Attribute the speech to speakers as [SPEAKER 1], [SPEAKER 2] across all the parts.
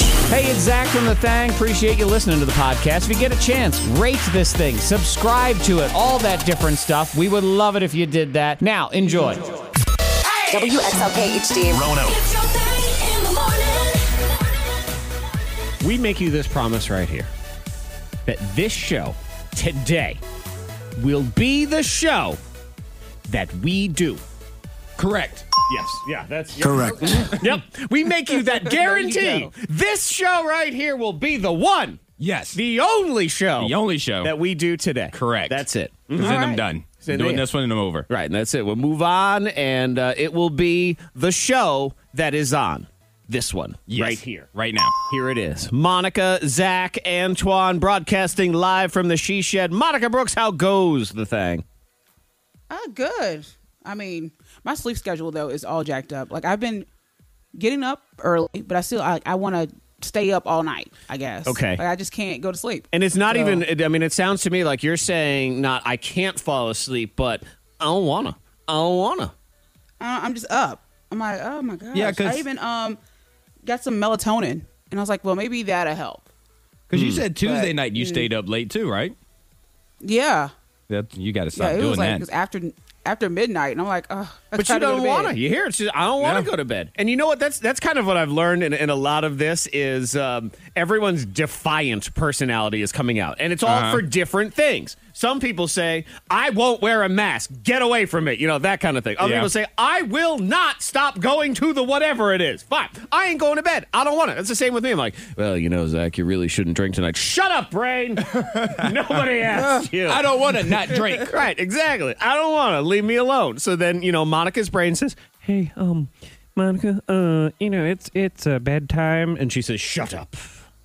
[SPEAKER 1] Hey, it's Zach from The Thang. Appreciate you listening to the podcast. If you get a chance, rate this thing, subscribe to it, all that different stuff. We would love it if you did that. Now, enjoy.
[SPEAKER 2] WXLK HD.
[SPEAKER 3] It's your thing in the morning.
[SPEAKER 1] We make you this promise right here that this show today will be the show that we do. Correct.
[SPEAKER 4] Yes. Yeah. That's
[SPEAKER 5] Correct.
[SPEAKER 1] Yep. We make you that guarantee. this show right here will be the one,
[SPEAKER 6] Yes.
[SPEAKER 1] the only show.
[SPEAKER 6] The only show.
[SPEAKER 1] That we do today.
[SPEAKER 6] Correct.
[SPEAKER 1] That's it.
[SPEAKER 6] 'Cause then I'm done.
[SPEAKER 1] Then
[SPEAKER 6] Doing
[SPEAKER 1] yeah.
[SPEAKER 6] this one and I'm over.
[SPEAKER 1] Right, and that's it. We'll move on, and uh, it will be the show that is on this one
[SPEAKER 6] Yes.
[SPEAKER 1] right here.
[SPEAKER 6] Right now.
[SPEAKER 1] Here it is. Monica, Zach, Antoine, broadcasting live from the She Shed. Monica Brooks, how goes the thing?
[SPEAKER 7] Oh, good. I mean, my sleep schedule though is all jacked up. Like I've been getting up early, but I still I, I want to stay up all night. I guess.
[SPEAKER 1] Okay.
[SPEAKER 7] Like, I just can't go to sleep.
[SPEAKER 1] And it's not
[SPEAKER 7] So-
[SPEAKER 1] even, it- I mean, it sounds to me like you're saying not I can't fall asleep, but I don't wanna. I don't wanna.
[SPEAKER 7] Uh, I'm just up. I'm like, oh my gosh.
[SPEAKER 6] Yeah, 'cause-
[SPEAKER 7] I even um got some melatonin, and I was like, well, maybe that'll help.
[SPEAKER 6] Because you said Tuesday
[SPEAKER 7] Hmm. But-
[SPEAKER 6] night you stayed up late too, right?
[SPEAKER 7] Yeah.
[SPEAKER 6] That you got to
[SPEAKER 7] Yeah.
[SPEAKER 6] stop
[SPEAKER 7] It
[SPEAKER 6] doing
[SPEAKER 7] was like
[SPEAKER 6] that.
[SPEAKER 7] 'cause after after midnight, and I'm like, oh. I
[SPEAKER 1] But
[SPEAKER 7] tried
[SPEAKER 1] you
[SPEAKER 7] to go
[SPEAKER 1] don't
[SPEAKER 7] bed.
[SPEAKER 1] want to. You hear it? It's just, I don't want to
[SPEAKER 6] Yeah.
[SPEAKER 1] go to bed. And you know what? That's that's kind of what I've learned in, in a lot of this is um, everyone's defiant personality is coming out, and it's all
[SPEAKER 7] Uh-huh.
[SPEAKER 1] for different things. Some people say, "I won't wear a mask. Get away from it." You know that kind of thing. Other
[SPEAKER 6] Yeah.
[SPEAKER 1] people say, "I will not stop going to the whatever it is." Fine, I ain't going to bed. I don't want it. That's the same with me. I'm like, well, you know, Zach, you really shouldn't drink tonight. Shut up, brain. Nobody asked you.
[SPEAKER 6] I don't want to not drink.
[SPEAKER 1] Right, exactly. I don't want to. Leave me alone. So then, you know, Monica's brain says, "Hey, um, Monica, uh, you know, it's it's uh, bedtime," and she says, "Shut up."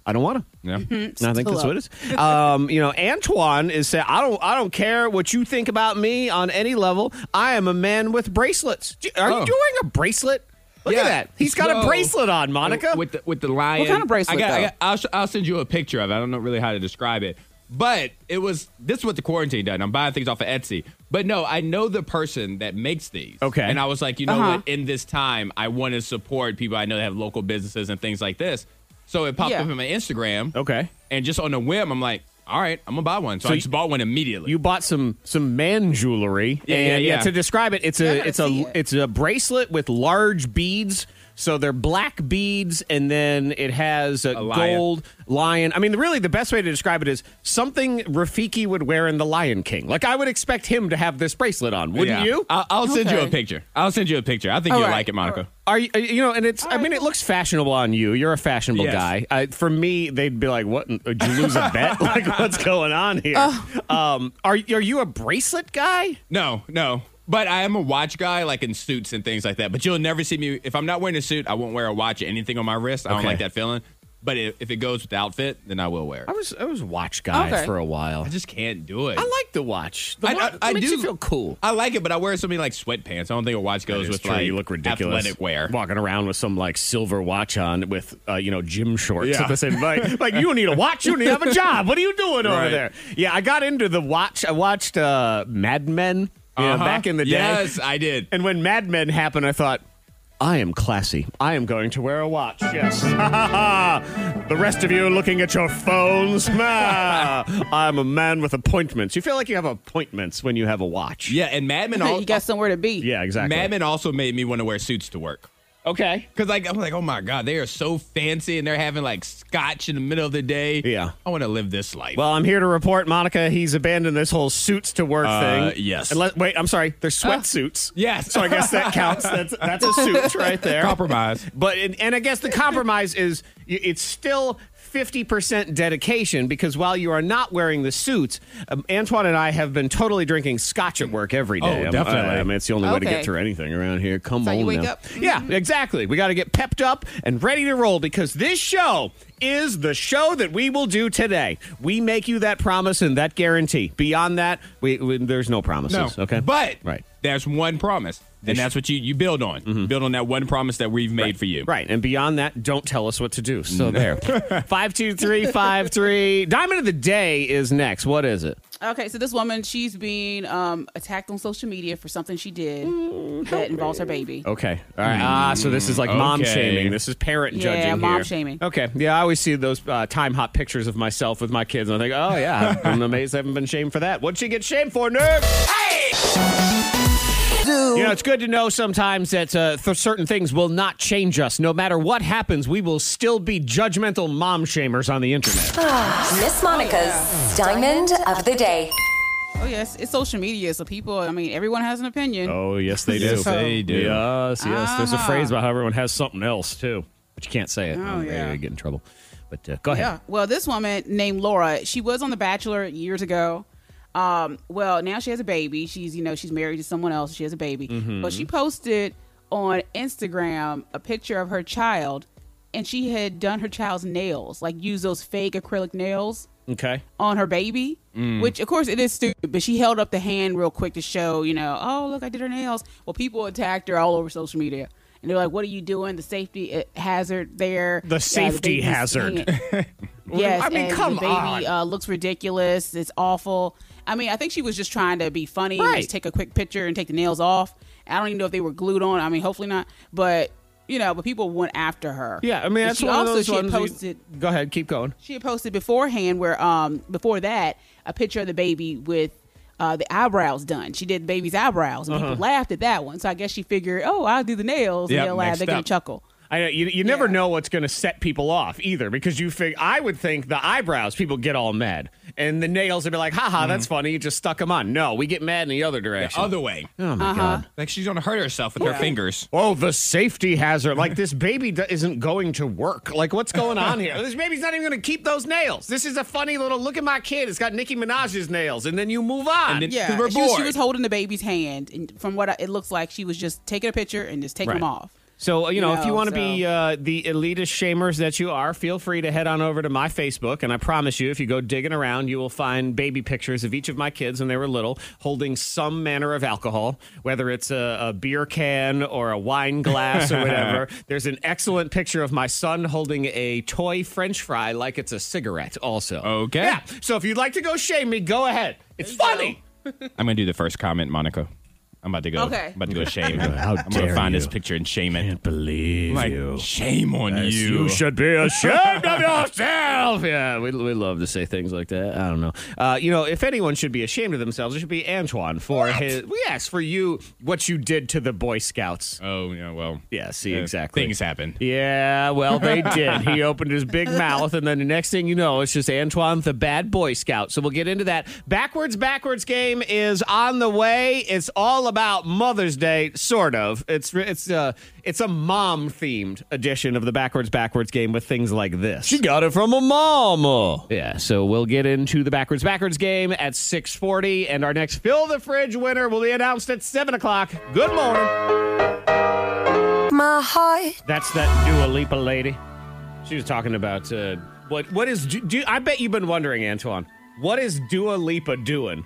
[SPEAKER 1] I don't want to.
[SPEAKER 6] Yeah.
[SPEAKER 1] And I think that's what it is. Um, you know, Antoine is saying, "I don't, I don't care what you think about me on any level. I am a man with bracelets. Do- Are
[SPEAKER 6] Oh.
[SPEAKER 1] you wearing a bracelet? Look at
[SPEAKER 6] Yeah.
[SPEAKER 1] that. He's got a
[SPEAKER 6] No.
[SPEAKER 1] bracelet on, Monica.
[SPEAKER 6] with the with the lion.
[SPEAKER 7] kind of bracelet,
[SPEAKER 6] I got, I
[SPEAKER 7] though?
[SPEAKER 6] got, I'll, sh- I'll send you a picture of it. I don't know really how to describe it, but it was this is what the quarantine done. I'm buying things off of Etsy, but no, I know the person that makes these.
[SPEAKER 1] Okay.
[SPEAKER 6] and I was like, you know
[SPEAKER 7] Uh-huh.
[SPEAKER 6] what? In this time, I want to support people I know that have local businesses and things like this. So it popped
[SPEAKER 7] Yeah.
[SPEAKER 6] up in my Instagram.
[SPEAKER 1] okay,
[SPEAKER 6] and just on a whim, I'm like, all right, I'm gonna buy one. So,
[SPEAKER 1] So
[SPEAKER 6] I just
[SPEAKER 1] you-
[SPEAKER 6] bought one immediately.
[SPEAKER 1] you bought some some man jewelry.
[SPEAKER 6] Yeah,
[SPEAKER 1] and,
[SPEAKER 6] yeah, yeah.
[SPEAKER 1] To describe it, it's
[SPEAKER 7] Yeah, I
[SPEAKER 1] a
[SPEAKER 7] gotta
[SPEAKER 1] it's a
[SPEAKER 7] see it.
[SPEAKER 1] it's a bracelet with large beads. So they're black beads, and then it has a,
[SPEAKER 6] A lion.
[SPEAKER 1] gold lion. I mean, really, the best way to describe it is something Rafiki would wear in The Lion King. Like I would expect him to have this bracelet on, wouldn't
[SPEAKER 6] Yeah.
[SPEAKER 1] you?
[SPEAKER 6] I'll, I'll send you a
[SPEAKER 7] Okay.
[SPEAKER 6] picture. I'll send you a picture. I think
[SPEAKER 7] All
[SPEAKER 6] you'll
[SPEAKER 7] right.
[SPEAKER 6] like it, Monica.
[SPEAKER 7] All right.
[SPEAKER 1] Are you, you know? And it's. I mean, it looks fashionable on you. You're a fashionable
[SPEAKER 6] Yes.
[SPEAKER 1] guy. I, for me, they'd be like, "What? in- Did you lose a bet? like, what's going on here?
[SPEAKER 7] Oh.
[SPEAKER 1] Um, are are you a bracelet guy?
[SPEAKER 6] No, no. But I am a watch guy, like in suits and things like that. But you'll never see me if I'm not wearing a suit. I won't wear a watch or anything on my wrist. I don't
[SPEAKER 1] Okay.
[SPEAKER 6] like that feeling. But if, if it goes with the outfit, then I will wear it.
[SPEAKER 1] I was I was watch guy
[SPEAKER 7] Okay.
[SPEAKER 1] for a while.
[SPEAKER 6] I just can't do it.
[SPEAKER 1] I like the watch. The
[SPEAKER 6] I-
[SPEAKER 1] watch
[SPEAKER 6] I- I
[SPEAKER 1] makes
[SPEAKER 6] do-
[SPEAKER 1] you feel cool.
[SPEAKER 6] I like it, but I wear so many like sweatpants. I don't think a watch goes with like athletic wear.
[SPEAKER 1] walking around with some like silver watch on with uh, you know gym shorts
[SPEAKER 6] Yeah.
[SPEAKER 1] at the same like, like you don't need a watch, you don't need to have a job. What are you doing over
[SPEAKER 6] Right.
[SPEAKER 1] there? Yeah, I got into the watch. I watched uh, Mad Men you know,
[SPEAKER 6] Uh-huh.
[SPEAKER 1] back in the day.
[SPEAKER 6] Yes, I did.
[SPEAKER 1] And when Mad Men happened, I thought, I am classy. I am going to wear a watch. Yes. the rest of you are looking at your phones. Ah, I'm a man with appointments. You feel like you have appointments when you have a watch.
[SPEAKER 6] Yeah, and Mad Men
[SPEAKER 7] you
[SPEAKER 6] also,
[SPEAKER 7] got somewhere to be.
[SPEAKER 1] Yeah, exactly.
[SPEAKER 6] Mad Men also made me want to wear suits to work.
[SPEAKER 1] Okay.
[SPEAKER 6] Cause like I'm like, oh my god, they are so fancy and they're having like scotch in the middle of the day.
[SPEAKER 1] Yeah.
[SPEAKER 6] I want to live this life.
[SPEAKER 1] Well, I'm here to report, Monica, he's abandoned this whole suits to work
[SPEAKER 6] Uh,
[SPEAKER 1] thing.
[SPEAKER 6] yes.
[SPEAKER 1] Unless, wait, I'm sorry. They're sweatsuits.
[SPEAKER 6] yes.
[SPEAKER 1] So I guess that counts. That's, that's a suit right there.
[SPEAKER 6] compromise.
[SPEAKER 1] But and, and I guess the compromise is y- it's still. 50% dedication because while you are not wearing the suits, um, Antoine and I have been totally drinking scotch at work every day.
[SPEAKER 6] Oh,
[SPEAKER 1] I'm-
[SPEAKER 6] definitely.
[SPEAKER 1] I, I mean, it's the only way to get
[SPEAKER 7] Okay.
[SPEAKER 1] through anything around here. Come
[SPEAKER 7] how
[SPEAKER 1] on
[SPEAKER 7] you wake
[SPEAKER 1] now.
[SPEAKER 7] up.
[SPEAKER 1] Yeah, exactly. We got to get pepped up and ready to roll because this show is the show that we will do today. We make you that promise and that guarantee. Beyond that, we, we- there's no promises,
[SPEAKER 6] No.
[SPEAKER 1] okay?
[SPEAKER 6] But
[SPEAKER 1] right. Mm-hmm.
[SPEAKER 6] There's one promise, and that's what you you build on. Build on that one promise that we've made for you.
[SPEAKER 1] Right. And beyond that, don't tell us what to do. So there. 52353. Diamond of the day is next. What is it?
[SPEAKER 7] Okay, so this woman, she's being um, attacked on social media for something she did
[SPEAKER 1] Mm,
[SPEAKER 7] that involves her baby.
[SPEAKER 1] Okay. All right. Ah, so this is like mom
[SPEAKER 6] okay.
[SPEAKER 1] shaming. This is parent
[SPEAKER 7] Yeah,
[SPEAKER 1] judging.
[SPEAKER 7] mom
[SPEAKER 1] here.
[SPEAKER 7] shaming.
[SPEAKER 1] Okay. Yeah, I always see those uh, time hot pictures of myself with my kids, and I think, oh, yeah, I'm amazed I haven't been shamed for that. What'd she get shamed for, nerd? You know, it's good to know sometimes that uh, th- certain things will not change us. No matter what happens, we will still be judgmental mom shamers on the internet.
[SPEAKER 2] Miss Monica's Diamond of the Day.
[SPEAKER 7] Oh yes, it's social media, so people. I mean, everyone has an opinion.
[SPEAKER 1] Oh, yes, they
[SPEAKER 6] Yes,
[SPEAKER 7] So-
[SPEAKER 6] they do.
[SPEAKER 1] Yes, yes. There's a
[SPEAKER 7] Ah.
[SPEAKER 1] phrase about how everyone has something else too, but you can't say it.
[SPEAKER 7] Oh,
[SPEAKER 1] I'm ready
[SPEAKER 7] yeah.
[SPEAKER 1] to get in trouble. But uh, go ahead.
[SPEAKER 7] Yeah. Well, this woman named Laura, she was on The Bachelor years ago. Um, well, now she has a baby. She's, you know, she's married to someone else. She has a baby. But she posted on Instagram a picture of her child, and she had done her child's nails, like used those fake acrylic nails
[SPEAKER 1] Okay.
[SPEAKER 7] on her baby,
[SPEAKER 1] Mm.
[SPEAKER 7] which of course it is stupid, but she held up the hand real quick to show, you know, oh, look, I did her nails. Well, people attacked her all over social media. And they're like, what are you doing? The safety uh, hazard there.
[SPEAKER 1] The
[SPEAKER 7] Uh,
[SPEAKER 1] safety
[SPEAKER 7] baby's
[SPEAKER 1] hazard.
[SPEAKER 7] hand- yes.
[SPEAKER 1] I mean,
[SPEAKER 7] and
[SPEAKER 1] come
[SPEAKER 7] the
[SPEAKER 1] on.
[SPEAKER 7] baby, Uh, looks ridiculous. It's awful. I mean, I think she was just trying to be funny and
[SPEAKER 1] Right.
[SPEAKER 7] just take a quick picture and take the nails off. I don't even know if they were glued on. I mean, hopefully not. But, you know, but people went after her.
[SPEAKER 1] Yeah, I mean
[SPEAKER 7] And
[SPEAKER 1] that's
[SPEAKER 7] she
[SPEAKER 1] one
[SPEAKER 7] also,
[SPEAKER 1] of those
[SPEAKER 7] she had
[SPEAKER 1] ones. you-
[SPEAKER 7] posted
[SPEAKER 1] go ahead, keep going.
[SPEAKER 7] she had posted beforehand where um before that a picture of the baby with uh, the eyebrows done. She did the baby's eyebrows, and people laughed at that one. So I guess she figured, oh, I'll do the nails,
[SPEAKER 6] Uh-huh. Yep,
[SPEAKER 7] and they'll laugh.
[SPEAKER 6] next
[SPEAKER 7] They're gonna
[SPEAKER 6] up.
[SPEAKER 7] chuckle.
[SPEAKER 1] I know you, you never
[SPEAKER 7] Yeah.
[SPEAKER 1] know what's going to set people off either because you think I would think the eyebrows people get all mad and the nails would be like, haha, that's funny. You just stuck them on. No, we get mad in the Mm-hmm. other direction.
[SPEAKER 6] Other way,
[SPEAKER 1] oh my god.
[SPEAKER 6] like she's gonna hurt herself with her fingers.
[SPEAKER 1] Oh, the safety hazard. Like, this baby d- isn't going to work. Like, what's going on here? this baby's not even going to keep those nails. This is a funny little look at my kid. It's got Nicki Minaj's nails. And then you move on.
[SPEAKER 6] then- 'Cause
[SPEAKER 7] Yeah,
[SPEAKER 6] we're
[SPEAKER 7] and she, was, she
[SPEAKER 6] bored.
[SPEAKER 7] was holding the baby's hand, and from what I, it looks like, she was just taking a picture and just taking
[SPEAKER 1] Right.
[SPEAKER 7] them off.
[SPEAKER 1] So, uh, you know, if you
[SPEAKER 7] No,
[SPEAKER 1] want to be
[SPEAKER 7] so-
[SPEAKER 1] uh, the elitist shamers that you are, feel free to head on over to my Facebook. And I promise you, if you go digging around, you will find baby pictures of each of my kids when they were little holding some manner of alcohol, whether it's a, a beer can or a wine glass or whatever. There's an excellent picture of my son holding a toy french fry like it's a cigarette, also.
[SPEAKER 6] Okay.
[SPEAKER 1] Yeah. So if you'd like to go shame me, go ahead. It's funny.
[SPEAKER 6] I'm gonna do the first comment, Monica. I'm about to go.
[SPEAKER 7] Okay.
[SPEAKER 6] I'm about to go shame.
[SPEAKER 1] How
[SPEAKER 6] I'm gonna
[SPEAKER 1] dare
[SPEAKER 6] find
[SPEAKER 1] you.
[SPEAKER 6] this picture and shame it.
[SPEAKER 1] believe
[SPEAKER 6] Like, shame on you.
[SPEAKER 1] should be ashamed of yourself. Yeah, we, we love to say things like that. I don't know. Uh, you know, if anyone should be ashamed of themselves, it should be Antoine for his. Yes, for you, what you did to the Boy Scouts.
[SPEAKER 6] Oh yeah, well.
[SPEAKER 1] Yeah, see,
[SPEAKER 6] uh,
[SPEAKER 1] exactly.
[SPEAKER 6] Things happen.
[SPEAKER 1] Yeah, well, they did. He opened his big mouth, and then the next thing you know, it's just Antoine the bad boy scout. So we'll get into that. Backwards, backwards game is on the way. It's all about Mother's Day, sort of. It's it's uh it's a mom themed edition of the backwards, backwards game with things like this. She got it from a mama. Yeah, so we'll get into the backwards, backwards game at six forty, and our next fill the fridge winner will be announced at seven o'clock. Good morning.
[SPEAKER 2] My heart.
[SPEAKER 1] That's that Dua Lipa lady. She was talking about uh, what what is do, do- I bet you've been wondering, Antoine, what is Dua Lipa doing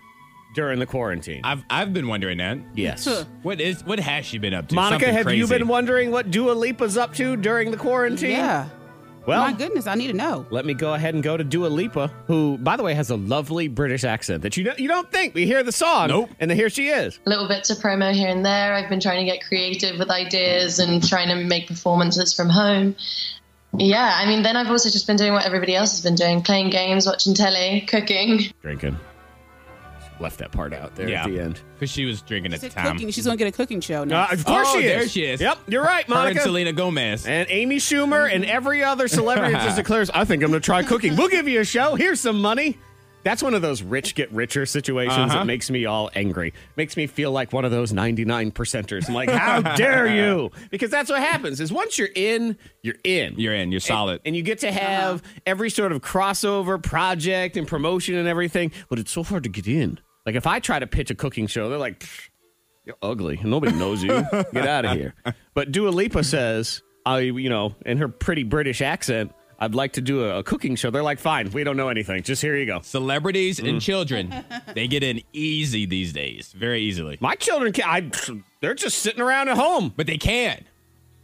[SPEAKER 1] during the quarantine?
[SPEAKER 6] I've I've been wondering that.
[SPEAKER 1] yes.
[SPEAKER 6] What is what has she been up to?
[SPEAKER 1] Monica,
[SPEAKER 6] Something
[SPEAKER 1] have you
[SPEAKER 6] crazy.
[SPEAKER 1] been wondering what Dua Lipa's up to during the quarantine?
[SPEAKER 7] Yeah.
[SPEAKER 6] Oh.
[SPEAKER 1] Well,
[SPEAKER 7] My goodness, I need to know.
[SPEAKER 1] let me go ahead and go to Dua Lipa, who, by the way, has a lovely British accent that you know, you don't think. We hear the song,
[SPEAKER 6] Nope.
[SPEAKER 1] and then here she is.
[SPEAKER 4] little bits of promo here and there. I've been trying to get creative with ideas and trying to make performances from home. Yeah, I mean, then I've also just been doing what everybody else has been doing playing games, watching telly, cooking.
[SPEAKER 1] Drinking. Left that part out there
[SPEAKER 6] Yeah.
[SPEAKER 1] at the end.
[SPEAKER 6] Because she was drinking at the
[SPEAKER 7] She's
[SPEAKER 6] time.
[SPEAKER 7] cooking. She's gonna get a cooking show
[SPEAKER 1] Uh,
[SPEAKER 7] now.
[SPEAKER 1] of course
[SPEAKER 6] Oh,
[SPEAKER 1] she is.
[SPEAKER 6] there she is.
[SPEAKER 1] Yep, you're right,
[SPEAKER 6] Her
[SPEAKER 1] Monica.
[SPEAKER 6] and Selena Gomez.
[SPEAKER 1] And Amy Schumer and every other celebrity that just declares, I think I'm going to try cooking. We'll give you a show. Here's some money. That's one of those rich get richer situations that
[SPEAKER 6] Uh-huh.
[SPEAKER 1] makes me all angry. Makes me feel like one of those 99 percenters. I'm like, how dare you? Because that's what happens is once you're in, you're in.
[SPEAKER 6] You're in. You're solid.
[SPEAKER 1] And you get to have every sort of crossover project and promotion and everything. But it's so hard to get in. Like if I try to pitch a cooking show, they're like, "Pfft, you're ugly. Nobody knows you. Get out of here. But Dua Lipa says, I, you know, in her pretty British accent, I'd like to do a, a cooking show. They're like, fine, we don't know anything. Just here you go.
[SPEAKER 6] Celebrities
[SPEAKER 7] Mm.
[SPEAKER 6] and children, they get in easy these days, very easily.
[SPEAKER 1] My children, can, I, they're just sitting around at home.
[SPEAKER 6] But they can.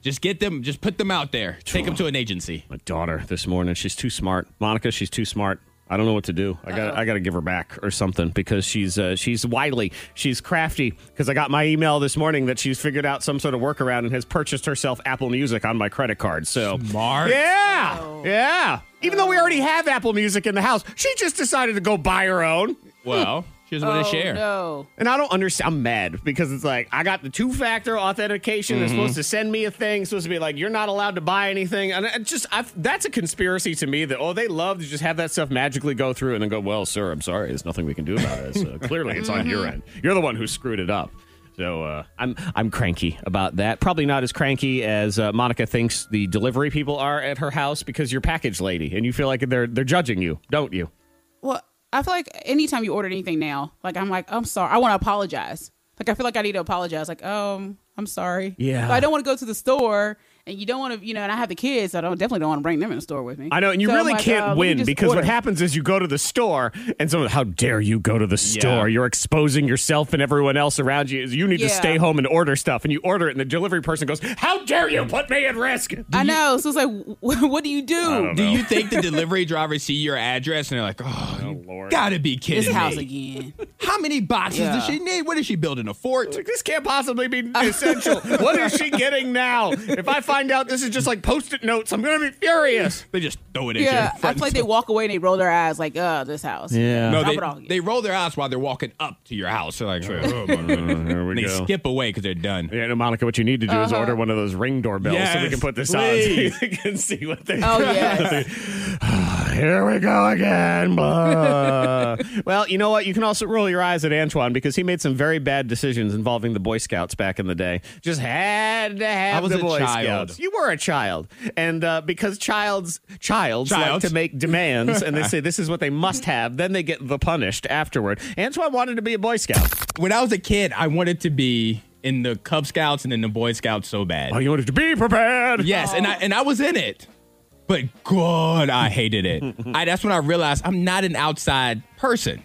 [SPEAKER 6] Just get them, just put them out there. Take them to an agency.
[SPEAKER 1] My daughter this morning, she's too smart. Monica, she's too smart. I don't know what to do. I got I got to give her back or something because she's uh, she's wily, she's crafty. Because I got my email this morning that she's figured out some sort of workaround and has purchased herself Apple Music on my credit card. So
[SPEAKER 6] Smart.
[SPEAKER 1] Yeah, yeah. Even though we already have Apple Music in the house, she just decided to go buy her own.
[SPEAKER 6] Well, she doesn't want to share.
[SPEAKER 7] Oh, No.
[SPEAKER 1] And I don't understand. I'm mad because it's like I got the two-factor authentication. They're supposed to send me a thing. It's supposed to be like you're not allowed to buy anything. And it just i that's a conspiracy to me. That oh, they love to just have that stuff magically go through and then go. Well, sir, I'm sorry. There's nothing we can do about it. So clearly, it's on your end. You're the one who screwed it up. So uh, I'm I'm cranky about that. Probably not as cranky as uh, Monica thinks the delivery people are at her house because you're package lady and you feel like they're they're judging you, don't you?
[SPEAKER 7] Well, I feel like anytime you order anything now, like I'm like, I'm sorry. I want to apologize. Like I feel like I need to apologize. Like, um, I'm sorry.
[SPEAKER 1] Yeah.
[SPEAKER 7] But I don't want to go to the store, and you don't want to, you know. And I have the kids, so I don't definitely don't want to bring them in the store with me.
[SPEAKER 1] I know, and you
[SPEAKER 7] So I'm
[SPEAKER 1] really
[SPEAKER 7] like,
[SPEAKER 1] can't
[SPEAKER 7] uh, let me
[SPEAKER 1] win
[SPEAKER 7] just
[SPEAKER 1] because
[SPEAKER 7] order.
[SPEAKER 1] what happens is you go to the store and someone, how dare you go to the store? You're exposing yourself and everyone else around you. You need to
[SPEAKER 7] Yeah.
[SPEAKER 1] stay home and order stuff, and you order it, and the delivery person goes, "How dare you put me at risk?"
[SPEAKER 7] I know. So it's like, w- w- what do you
[SPEAKER 1] Oh,
[SPEAKER 7] do?
[SPEAKER 6] Do you think the delivery drivers see your address and they're like, oh, you
[SPEAKER 1] Lord.
[SPEAKER 6] gotta be kidding
[SPEAKER 7] This house
[SPEAKER 6] me.
[SPEAKER 7] again.
[SPEAKER 6] How many boxes
[SPEAKER 7] Yeah.
[SPEAKER 6] does she need? What is she building, a fort?
[SPEAKER 1] Like, this can't possibly be essential. what is she getting now? If I find out this is just like post-it notes, I'm gonna be furious.
[SPEAKER 6] They just throw it at
[SPEAKER 7] yeah.
[SPEAKER 6] you.
[SPEAKER 7] I feel like they walk away and they roll their eyes, like, uh, this house.
[SPEAKER 1] Yeah.
[SPEAKER 6] No,
[SPEAKER 7] Drop it all.
[SPEAKER 6] they, they roll their eyes while they're walking up to your house. They're like, "Oh, my God."
[SPEAKER 1] There we
[SPEAKER 6] and they
[SPEAKER 1] go.
[SPEAKER 6] skip away because they're done.
[SPEAKER 1] Yeah, no, Monica, what you need to do
[SPEAKER 7] Uh-huh.
[SPEAKER 1] is order one of those ring doorbells so we
[SPEAKER 6] Yes,
[SPEAKER 1] can put this
[SPEAKER 6] please.
[SPEAKER 1] on. so you can see what they
[SPEAKER 7] Oh yeah.
[SPEAKER 1] Here we go again. Blah. well, you know what? You can also roll your eyes at Antoine because he made some very bad decisions involving the Boy Scouts back in the day. Just had to have
[SPEAKER 6] I was
[SPEAKER 1] the
[SPEAKER 6] a
[SPEAKER 1] Boy
[SPEAKER 6] child.
[SPEAKER 1] Scouts. You were a child, and uh, because childs childs like
[SPEAKER 6] Childs.
[SPEAKER 1] to make demands, and they say this is what they must have, then they get the punished afterward. Antoine wanted to be a Boy Scout.
[SPEAKER 6] When I was a kid, I wanted to be in the Cub Scouts and in the Boy Scouts so bad.
[SPEAKER 1] Oh, you wanted to be prepared.
[SPEAKER 6] Yes, and I and I was in it. But God, I hated it. I, that's when I realized I'm not an outside person.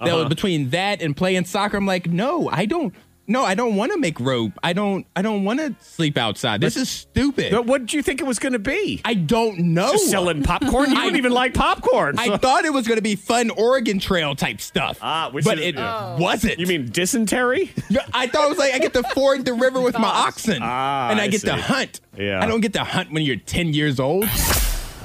[SPEAKER 6] That
[SPEAKER 1] Uh-huh.
[SPEAKER 6] was between that and playing soccer. I'm like, no, I don't. No, I don't want to make rope. I don't. I don't want to sleep outside. This is stupid.
[SPEAKER 1] But what did you think it was going to be?
[SPEAKER 6] I don't know.
[SPEAKER 1] Just selling popcorn. You
[SPEAKER 6] I-
[SPEAKER 1] didn't even like popcorn.
[SPEAKER 6] I thought it was going to be fun Oregon Trail type stuff.
[SPEAKER 1] Ah, which
[SPEAKER 6] but
[SPEAKER 1] is-
[SPEAKER 6] it
[SPEAKER 1] yeah.
[SPEAKER 6] wasn't.
[SPEAKER 1] you mean dysentery?
[SPEAKER 6] I thought it was like I get to ford the river with my oxen,
[SPEAKER 1] Ah,
[SPEAKER 6] and I,
[SPEAKER 1] I
[SPEAKER 6] get to
[SPEAKER 1] see.
[SPEAKER 6] hunt.
[SPEAKER 1] Yeah.
[SPEAKER 6] I don't get to hunt when you're 10 years old.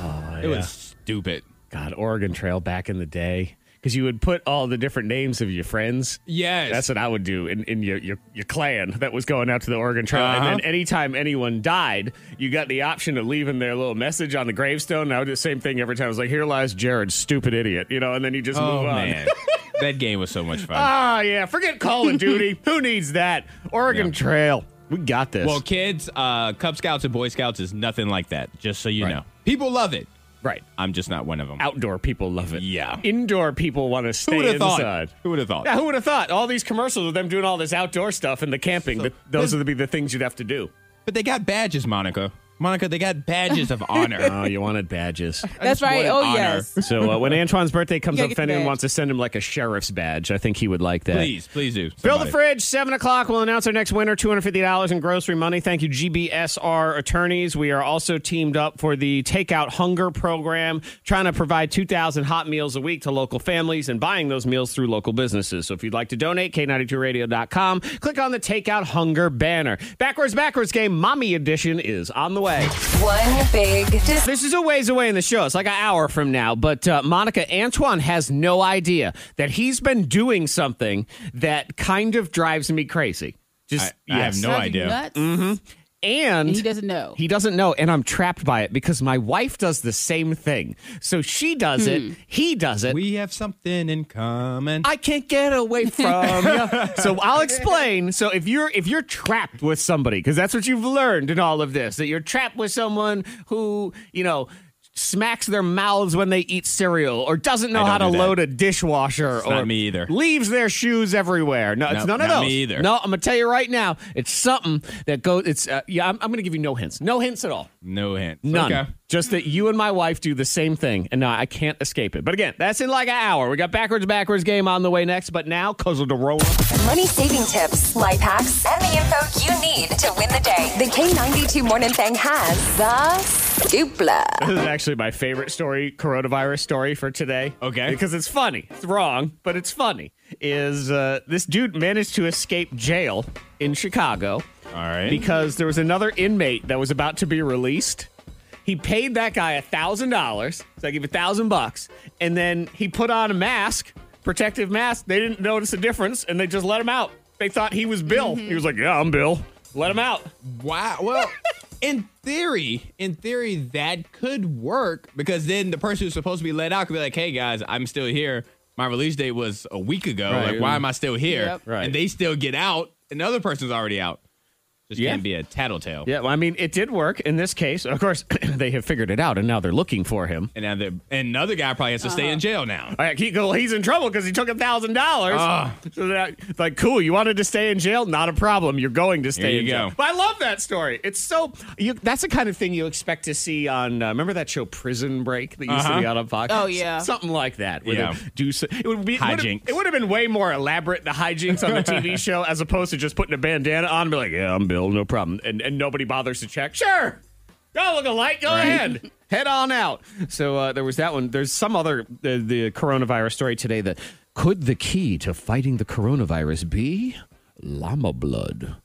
[SPEAKER 1] Oh,
[SPEAKER 6] it was stupid.
[SPEAKER 1] God, Oregon Trail back in the day. Because you would put all the different names of your friends.
[SPEAKER 6] Yes.
[SPEAKER 1] That's what I would do in, in your, your, your clan that was going out to the Oregon Trail.
[SPEAKER 6] Uh-huh.
[SPEAKER 1] And then anytime anyone died, you got the option of leaving their little message on the gravestone. And I would do the same thing every time. I was like, here lies Jared, stupid idiot. You know, and then you just
[SPEAKER 6] Oh
[SPEAKER 1] move on.
[SPEAKER 6] man, that game was so much fun.
[SPEAKER 1] Ah, yeah. Forget Call of Duty. Who needs that? Oregon
[SPEAKER 6] Yeah.
[SPEAKER 1] Trail. We got this.
[SPEAKER 6] well, kids, uh, Cub Scouts and Boy Scouts is nothing like that. Just so you
[SPEAKER 1] Right.
[SPEAKER 6] know, people love it.
[SPEAKER 1] right.
[SPEAKER 6] I'm just not one of them.
[SPEAKER 1] Outdoor people love it.
[SPEAKER 6] Yeah.
[SPEAKER 1] Indoor people want to
[SPEAKER 6] Who
[SPEAKER 1] stay
[SPEAKER 6] would have
[SPEAKER 1] inside.
[SPEAKER 6] thought? Who would have thought?
[SPEAKER 1] Yeah, who would have thought? All these commercials of them doing all this outdoor stuff and the camping. that those would be the things you'd have to do.
[SPEAKER 6] But they got badges, Monica. Monica, they got badges of honor.
[SPEAKER 1] Oh, you wanted badges.
[SPEAKER 7] That's right.
[SPEAKER 6] wanted
[SPEAKER 7] Oh
[SPEAKER 6] honor.
[SPEAKER 7] yes.
[SPEAKER 1] So uh, when Antoine's birthday comes up,
[SPEAKER 7] You gotta
[SPEAKER 1] if
[SPEAKER 7] get the
[SPEAKER 1] anyone
[SPEAKER 7] badge.
[SPEAKER 1] wants to send him like a sheriff's badge, I think he would like that.
[SPEAKER 6] please, please do.
[SPEAKER 1] Fill the
[SPEAKER 6] Somebody.
[SPEAKER 1] fridge, 7 o'clock. We'll announce our next winner, $250 in grocery money. Thank you, GBSR attorneys. We are also teamed up for the Takeout Hunger Program, trying to provide 2,000 hot meals a week to local families and buying those meals through local businesses. So if you'd like to donate, K92radio.com, click on the Takeout Hunger banner. Backwards, backwards game, Mommy Edition is on the way.
[SPEAKER 2] One big dis-
[SPEAKER 1] This is a ways away in the show. It's like an hour from now. But uh, Monica, Antoine has no idea that he's been doing something that kind of drives me crazy. Just
[SPEAKER 6] I have
[SPEAKER 1] yes.
[SPEAKER 6] No
[SPEAKER 7] Driving
[SPEAKER 6] idea.
[SPEAKER 7] you nuts?
[SPEAKER 1] and
[SPEAKER 7] He doesn't know.
[SPEAKER 1] Mm-hmm. He doesn't know, and I'm trapped by it because my wife does the same thing. So she does
[SPEAKER 7] Hmm.
[SPEAKER 1] it, he does it.
[SPEAKER 6] We have something in common.
[SPEAKER 1] I can't get away from you. so I'll explain. So if you're if you're trapped with somebody, because that's what you've learned in all of this, that you're trapped with someone who you know smacks their mouths when they eat cereal or doesn't know
[SPEAKER 6] I
[SPEAKER 1] how to
[SPEAKER 6] don't do that.
[SPEAKER 1] load a dishwasher or
[SPEAKER 6] not me either.
[SPEAKER 1] leaves their shoes everywhere. No, it's
[SPEAKER 6] No,
[SPEAKER 1] none of
[SPEAKER 6] not
[SPEAKER 1] those.
[SPEAKER 6] me either.
[SPEAKER 1] No, I'm gonna tell you right now, it's something that goes. It's uh, yeah. I'm, I'm gonna give you no hints. No hints at all.
[SPEAKER 6] no hint.
[SPEAKER 1] None.
[SPEAKER 6] Okay.
[SPEAKER 1] Just that you and my wife do the same thing, and now I can't escape it. But again, that's in like an hour. We got backwards, backwards game on the way next. But now, cause of the roll
[SPEAKER 2] Money saving tips, life hacks, and the info you need to win the day. The K92 Morning Thing has the dupla.
[SPEAKER 1] This is actually my favorite story, coronavirus story for today.
[SPEAKER 6] Okay.
[SPEAKER 1] Because it's funny. It's wrong, but it's funny. Is uh, this dude managed to escape jail in Chicago. All
[SPEAKER 6] right.
[SPEAKER 1] Because there was another inmate that was about to be released. He paid that guy a thousand dollars. So I give a thousand bucks. And then he put on a mask, protective mask. They didn't notice a difference and they just let him out. They thought he was Bill. He was like, Yeah, I'm Bill. Let him out.
[SPEAKER 6] Wow. Well, in theory, in theory, that could work because then the person who's supposed to be let out could be like, "Hey guys, I'm still here. My release date was a week ago.
[SPEAKER 1] Right.
[SPEAKER 6] Like, why am I still here?"
[SPEAKER 7] Yep.
[SPEAKER 1] Right.
[SPEAKER 6] And they still get out, and the other person's already out. Just
[SPEAKER 1] Yeah.
[SPEAKER 6] can't be a tattletale.
[SPEAKER 1] Yeah, well, I mean, it did work in this case. Of course, they have figured it out, and now they're looking for him.
[SPEAKER 6] And now the and another guy probably has to stay in jail now.
[SPEAKER 1] All right, he, well, he's in trouble because he took a thousand dollars.
[SPEAKER 6] Ah.
[SPEAKER 1] So that, it's like, cool, you wanted to stay in jail? Not a problem. You're going to stay
[SPEAKER 6] you
[SPEAKER 1] in jail.
[SPEAKER 6] go.
[SPEAKER 1] But I love that story. It's so you, that's the kind of thing you expect to see on. Uh, remember that show Prison Break that used to be on a podcast?
[SPEAKER 7] Oh, yeah.
[SPEAKER 1] S- something like that. where
[SPEAKER 6] Uh-huh. Yeah.
[SPEAKER 1] they do so, it would be it would've-
[SPEAKER 6] Hijinks.
[SPEAKER 1] It would have been way more elaborate the hijinks on the TV show as opposed to just putting a bandana on and be like, yeah, I'm Bill, no problem, and and nobody bothers to check. Sure. Y'all look alike. Go ahead. Head on out. So uh, there was that one. There's some other uh, the coronavirus story today that could the key to fighting the coronavirus be llama blood?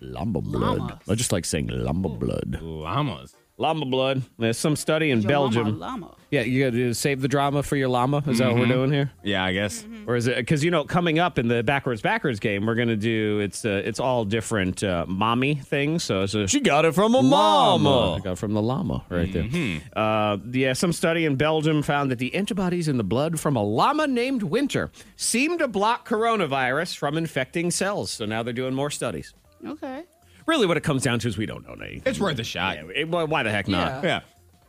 [SPEAKER 1] Llama blood.
[SPEAKER 7] Llamas.
[SPEAKER 1] I just like saying llama blood.
[SPEAKER 6] Llamas.
[SPEAKER 1] Llama blood. There's some study in
[SPEAKER 7] Your
[SPEAKER 1] Belgium.
[SPEAKER 7] llama, Mm-hmm. llama.
[SPEAKER 1] Yeah, you got to save the drama for your llama. Is that what we're doing here?
[SPEAKER 6] Yeah, I guess.
[SPEAKER 1] Or is it because you know coming up in the backwards backwards game we're gonna do it's uh, it's all different uh, mommy things. So it's a, she got it from a
[SPEAKER 6] Llama.
[SPEAKER 1] I got it from the llama right there. Uh, yeah, some study in Belgium found that the antibodies in the blood from a llama named Winter seem to block coronavirus from infecting cells. So now they're doing more studies.
[SPEAKER 7] Okay.
[SPEAKER 1] Really, what it comes down to is we don't know anything.
[SPEAKER 6] It's worth a shot.
[SPEAKER 1] Yeah, it- why why the heck not?
[SPEAKER 7] Yeah.
[SPEAKER 6] Yeah.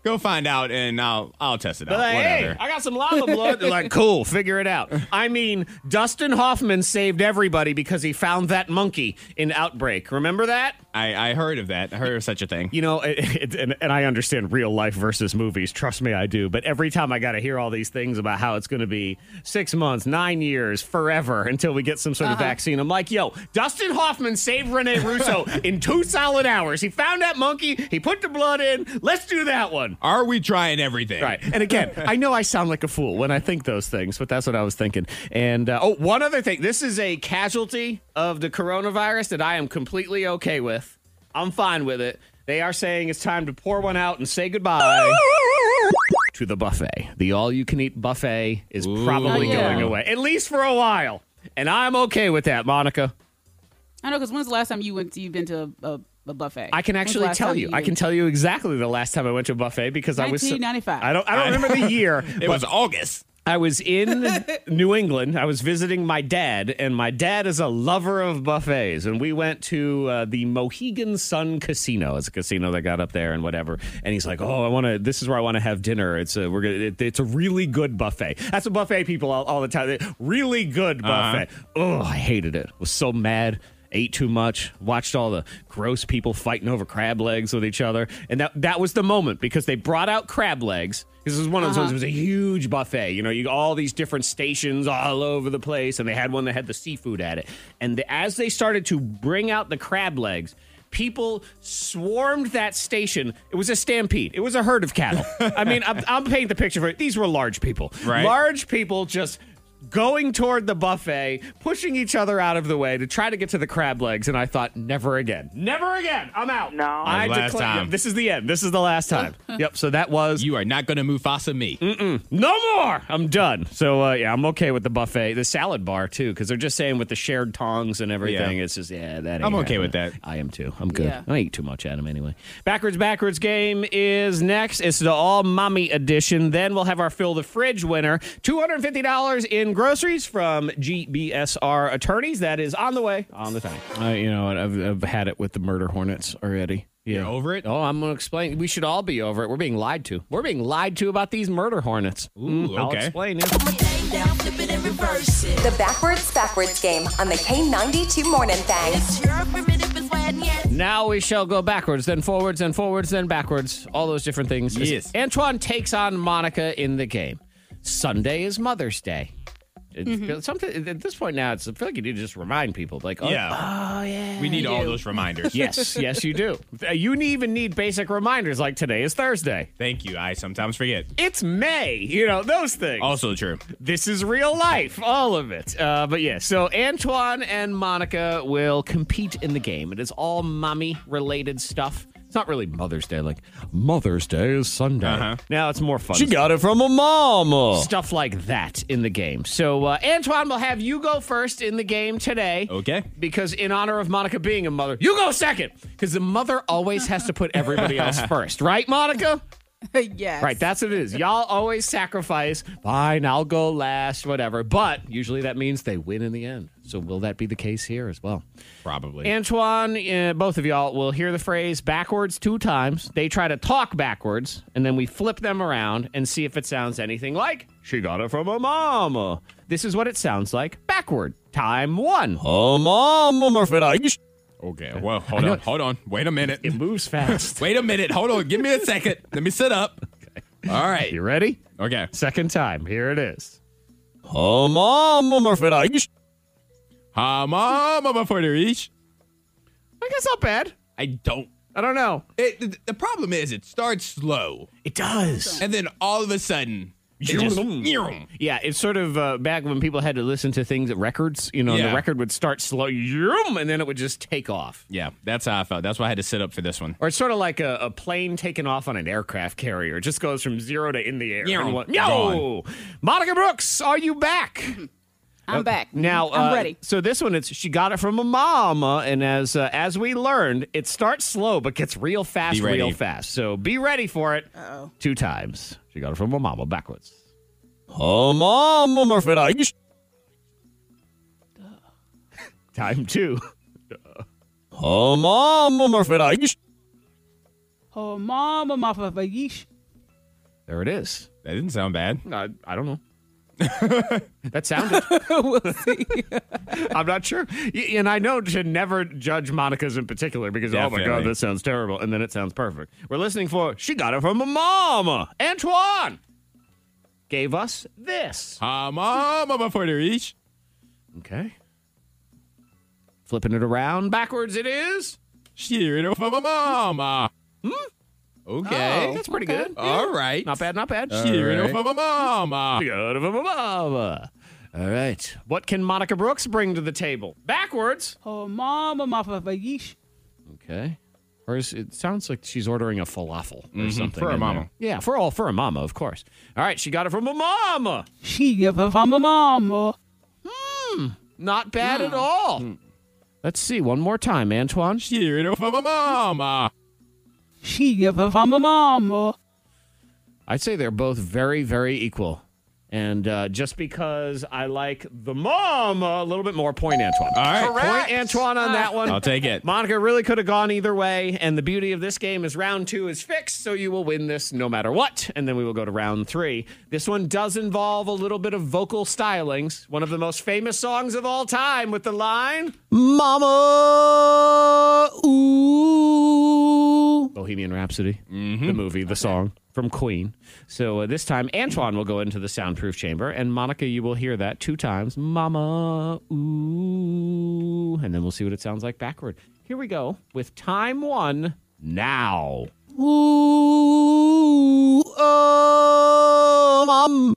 [SPEAKER 6] Go find out and I'll I'll test it out.
[SPEAKER 1] They're like,
[SPEAKER 6] Whatever.
[SPEAKER 1] hey, I got some llama blood. They're like, cool, figure it out. I mean, Dustin Hoffman saved everybody because he found that monkey in Outbreak. Remember that?
[SPEAKER 6] I, I heard of that. I heard of such a thing.
[SPEAKER 1] You know, it, it, and, and I understand real life versus movies. Trust me, I do. But every time I got to hear all these things about how it's going to be six months, nine years, forever until we get some sort of vaccine, I'm like, yo, Dustin Hoffman saved Rene Russo in two solid hours. He found that monkey, he put the blood in. Let's do that one.
[SPEAKER 6] Are we trying everything?
[SPEAKER 1] Right. And again, I know I sound like a fool when I think those things, but that's what I was thinking. And uh, oh, one other thing. This is a casualty of the coronavirus that I am completely okay with. I'm fine with it. They are saying it's time to pour one out and say goodbye to the buffet. The all you can eat buffet is probably
[SPEAKER 7] Oh, yeah.
[SPEAKER 1] going away, at least for a while. And I'm okay with that, Monica.
[SPEAKER 7] I know because when's the last time you went? To, you've been to a, a, a buffet?
[SPEAKER 1] I can
[SPEAKER 7] When's the
[SPEAKER 1] actually
[SPEAKER 7] last
[SPEAKER 1] tell
[SPEAKER 7] time
[SPEAKER 1] you. I can tell you exactly the last time I went to a buffet because I was so-
[SPEAKER 7] 1995.
[SPEAKER 1] I don't. I don't remember the year.
[SPEAKER 6] It was August.
[SPEAKER 1] I was in New England. I was visiting my dad, and my dad is a lover of buffets. And we went to uh, the Mohegan Sun Casino. It's a casino that got up there and whatever. And he's like, "Oh, I want to. This is where I want to have dinner. It's a we're gonna. It, it's a really good buffet. That's what buffet people all, all the time. they- Really good buffet. Oh, I hated it. Was so mad." Ate too much, watched all the gross people fighting over crab legs with each other. And that, that was the moment because they brought out crab legs. This was one of those ones. It was a huge buffet. You know, you got all these different stations all over the place, and they had one that had the seafood at it. And the, as they started to bring out the crab legs, people swarmed that station. It was a stampede. It was a herd of cattle. I mean, I'm, I'm painting the picture for it. These were large people.
[SPEAKER 6] Right.
[SPEAKER 1] Large people just going toward the buffet, pushing each other out of the way to try to get to the crab legs. And I thought, never again. Never again. I'm out.
[SPEAKER 5] No.
[SPEAKER 1] I
[SPEAKER 6] That was last
[SPEAKER 1] declare.
[SPEAKER 6] time.
[SPEAKER 1] Yep, this is the end. This is the last time. yep. So that was
[SPEAKER 6] You are not going to Mufasa me.
[SPEAKER 1] Mm. no more. I'm done. So uh, yeah, I'm okay with the buffet, the salad bar too, because they're just saying with the shared tongs and everything.
[SPEAKER 6] Yeah.
[SPEAKER 1] It's just yeah, that. Ain't
[SPEAKER 6] I'm okay with
[SPEAKER 1] happening. I am too. I'm good.
[SPEAKER 7] Yeah.
[SPEAKER 1] I eat too much Adam anyway. Backwards, backwards game is next. It's the all mommy edition. Then we'll have our fill the fridge winner, two hundred fifty dollars in groceries from GBSR attorneys. That is on the way. On the time. Uh, you know, what? I've, I've had it with the murder hornets already. Yeah.
[SPEAKER 6] You're over it?
[SPEAKER 1] Oh, I'm going to explain. We should all be over it. We're being lied to. We're being lied to about these murder hornets. Mm,
[SPEAKER 6] Ooh,
[SPEAKER 1] I'll
[SPEAKER 6] okay.
[SPEAKER 1] explain it.
[SPEAKER 3] Lay down, flip it and reverse it.
[SPEAKER 2] The backwards, backwards game on the K92 Morning Thing.
[SPEAKER 3] It's your primitive is where and yes.
[SPEAKER 1] Now we shall go backwards, then forwards, then forwards, then backwards. All those different things. as
[SPEAKER 6] Yes.
[SPEAKER 1] Antoine takes on Monica in the game. Sunday is Mother's Day. It feels- something at this point now, it's I feel like you need to just remind people, like, oh,
[SPEAKER 6] yeah. Oh yeah. We need all those reminders.
[SPEAKER 1] yes, yes, you do. You n- even need basic reminders, like today is Thursday.
[SPEAKER 6] Thank you. I sometimes forget.
[SPEAKER 1] It's May. You know those things.
[SPEAKER 6] Also true.
[SPEAKER 1] this is real life, all of it. Uh, but yeah, so Antoine and Monica will compete in the game. It is all mommy related stuff. It's not really Mother's Day, like Mother's Day is Sunday.
[SPEAKER 6] Uh-huh.
[SPEAKER 1] Now it's more fun.
[SPEAKER 5] got it from a mama.
[SPEAKER 1] stuff like that in the game. So uh, Antoine, we'll have you go first in the game today.
[SPEAKER 6] Okay.
[SPEAKER 1] Because in honor of Monica being a mother, you go second. Because the mother always has to put everybody else first, right, Monica?
[SPEAKER 7] yes.
[SPEAKER 1] Right, that's what it is. Y'all always sacrifice. Fine, I'll go last, whatever. But usually that means they win in the end. So will that be the case here as well?
[SPEAKER 6] Probably.
[SPEAKER 1] Antoine, uh, both of y'all will hear the phrase backwards two times. They try to talk backwards, and then we flip them around and see if it sounds anything like "She got it from her mama." This is what it sounds like backward. Time one.
[SPEAKER 5] A mama Merfit.
[SPEAKER 6] okay. Well, hold on. Hold on. Wait a minute.
[SPEAKER 1] It moves fast.
[SPEAKER 6] Wait a minute. Hold on. Give me a second. Let me sit up. All right.
[SPEAKER 1] you ready?
[SPEAKER 6] Okay.
[SPEAKER 1] Second time. Here it is.
[SPEAKER 5] A mama Merfit.
[SPEAKER 6] Ha mama before they reach.
[SPEAKER 1] I guess not bad.
[SPEAKER 6] I don't.
[SPEAKER 1] I don't know.
[SPEAKER 6] It, the, the problem is it starts slow
[SPEAKER 1] It does.
[SPEAKER 6] and then all of a sudden it just,
[SPEAKER 1] Yeah, it's sort of uh, back when people had to listen to things at records. You know, and the
[SPEAKER 6] Yeah.
[SPEAKER 1] record would start slow, yum, and then it would just take off.
[SPEAKER 6] yeah, that's how I felt. That's why I had to sit up for this one.
[SPEAKER 1] Or it's sort of like a, a plane taking off on an aircraft carrier. It just goes from zero to in the air.
[SPEAKER 6] Yeah.
[SPEAKER 1] And what- Yo! Monica Brooks, are you back?
[SPEAKER 7] I'm back. Mm-hmm.
[SPEAKER 1] Now,
[SPEAKER 7] I'm
[SPEAKER 1] uh,
[SPEAKER 7] ready.
[SPEAKER 1] So this one, it's she got it from a mama, and as uh, as we learned, it starts slow but gets real fast,
[SPEAKER 6] Be ready.
[SPEAKER 1] real fast. So be ready for it. Uh-oh. Two times she got it from a mama backwards.
[SPEAKER 5] A mama Merfit.
[SPEAKER 1] Time two.
[SPEAKER 5] A mama Merfit.
[SPEAKER 7] Oh, mama, mama, yeesh.
[SPEAKER 1] There it is.
[SPEAKER 6] That didn't sound bad.
[SPEAKER 1] I, I don't know. that sounded. I'm not sure. Y- And I know to never judge Monica's in particular because, oh my God,
[SPEAKER 6] Definitely.
[SPEAKER 1] that sounds terrible. And then it sounds perfect. We're listening for She Got It From a Mama. Antoine gave us this.
[SPEAKER 6] Ha Ah, mama before they reach.
[SPEAKER 1] Okay. Flipping it around backwards, it is.
[SPEAKER 6] Sheer it for my mama. Hmm? Okay. Oh.
[SPEAKER 1] That's pretty good.
[SPEAKER 6] All right.
[SPEAKER 1] Oh. Not bad, not bad.
[SPEAKER 6] Cheer it for my mama.
[SPEAKER 1] She Got It From a Mama. All right. What can Monica Brooks bring to the table? Backwards.
[SPEAKER 7] Oh, mama, mama, yeesh.
[SPEAKER 1] Okay. Or is, it sounds like she's ordering a falafel or something.
[SPEAKER 6] Mm-hmm. for her
[SPEAKER 1] in
[SPEAKER 6] mama.
[SPEAKER 1] there. Yeah, for all for a mama, of course. All right, she got it from a mama.
[SPEAKER 7] She give her from a mama.
[SPEAKER 1] Not bad at all.
[SPEAKER 6] Hmm.
[SPEAKER 1] Let's see one more time, Antoine. She-
[SPEAKER 6] Cheer it for my mama.
[SPEAKER 7] She give her from a mama.
[SPEAKER 1] I'd say they're both very, very equal. And uh, just because I like the mama a little bit more, point Antoine.
[SPEAKER 6] All right.
[SPEAKER 1] Point Antoine on that one.
[SPEAKER 6] I'll take it.
[SPEAKER 1] Monica really could have gone either way, and the beauty of this game is round two is fixed, so you will win this no matter what. And then we will go to round three. This one does involve a little bit of vocal stylings. One of the most famous songs of all time with the line
[SPEAKER 5] Mama. Ooh.
[SPEAKER 1] Bohemian Rhapsody, the movie, the song from Queen. So uh, this time, Antoine will go into the soundproof chamber, and Monica, you will hear that two times Mama, ooh. And then we'll see what it sounds like backward. Here we go with time one now.
[SPEAKER 5] Ooh. Oh, mom.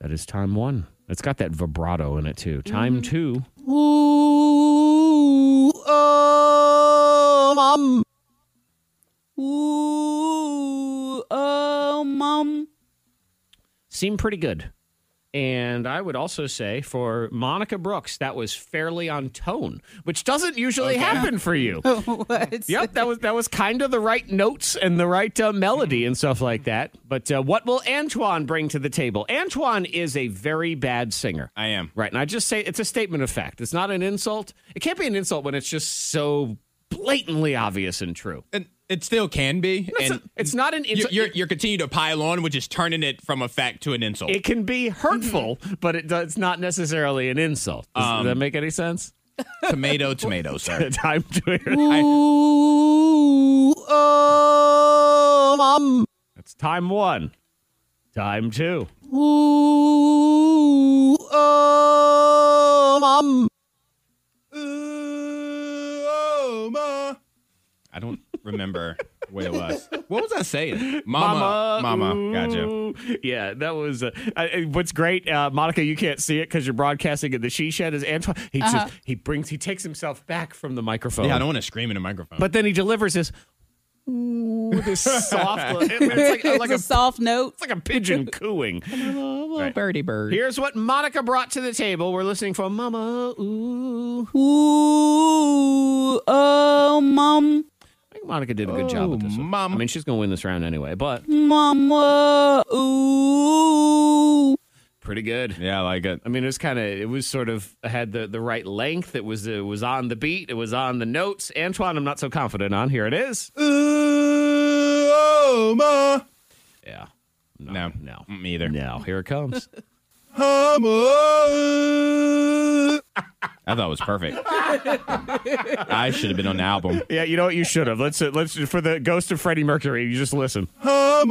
[SPEAKER 1] That is time one. It's got that vibrato in it too. Time two.
[SPEAKER 5] Ooh. Oh, mom.
[SPEAKER 7] Ooh, oh, mom.
[SPEAKER 1] Seemed pretty good. And I would also say for Monica Brooks, that was fairly on tone, which doesn't usually happen for you.
[SPEAKER 7] What?
[SPEAKER 1] Yep, that was that was kind of the right notes and the right uh, melody and stuff like that. But uh, what will Antoine bring to the table? Antoine is a very bad singer.
[SPEAKER 6] I am.
[SPEAKER 1] Right. And I just say it's a statement of fact. It's not an insult. It can't be an insult when it's just so blatantly obvious and true.
[SPEAKER 6] And it still can be.
[SPEAKER 1] It's,
[SPEAKER 6] and
[SPEAKER 1] a- it's not an
[SPEAKER 6] you-
[SPEAKER 1] insult.
[SPEAKER 6] you're, you're continuing to pile on, which is turning it from a fact to an insult.
[SPEAKER 1] it can be hurtful, but it does, it's not necessarily an insult. Does, does that make any sense?
[SPEAKER 6] tomato, tomato, sir.
[SPEAKER 1] Time to hear it.
[SPEAKER 5] Ooh, oh, mom.
[SPEAKER 1] That's time one. Time two.
[SPEAKER 5] Ooh, oh, mom.
[SPEAKER 6] oh, ma. I don't remember what it was. What was I saying?
[SPEAKER 1] Mama,
[SPEAKER 6] Mama, mama, gotcha.
[SPEAKER 1] ooh. Yeah, that was. Uh, I, I- what's great, uh, Monica? You can't see it because you're broadcasting in the she shed. Is Antoine? He just he brings he takes himself back from the microphone.
[SPEAKER 6] Yeah, I don't want to scream in a microphone.
[SPEAKER 1] but then he delivers this. Ooh, this soft. It's like,
[SPEAKER 7] it's
[SPEAKER 1] like
[SPEAKER 7] a,
[SPEAKER 1] a
[SPEAKER 7] soft note.
[SPEAKER 1] it's like a pigeon cooing. Right.
[SPEAKER 6] birdie bird.
[SPEAKER 1] Here's what Monica brought to the table. We're listening for Mama. Ooh,
[SPEAKER 7] Ooh, oh, mom,
[SPEAKER 1] I think Monica did a good job with this. One.
[SPEAKER 6] Mom.
[SPEAKER 1] I mean, she's gonna win this round anyway, but
[SPEAKER 7] mama, ooh.
[SPEAKER 1] pretty good.
[SPEAKER 6] Yeah, I like it.
[SPEAKER 1] I mean, it was kind of, it was sort of had the, the right length. It was it was on the beat. It was on the notes. Antoine, I'm not so confident on. Here it is.
[SPEAKER 6] Oh, ma.
[SPEAKER 1] Yeah.
[SPEAKER 6] No,
[SPEAKER 1] No.
[SPEAKER 6] me either.
[SPEAKER 1] Now here it comes.
[SPEAKER 6] I thought it was perfect. I should have been on the album.
[SPEAKER 1] yeah, you know what? You should have. Let's uh, let's for the ghost of Freddie Mercury. You just listen. Yeah.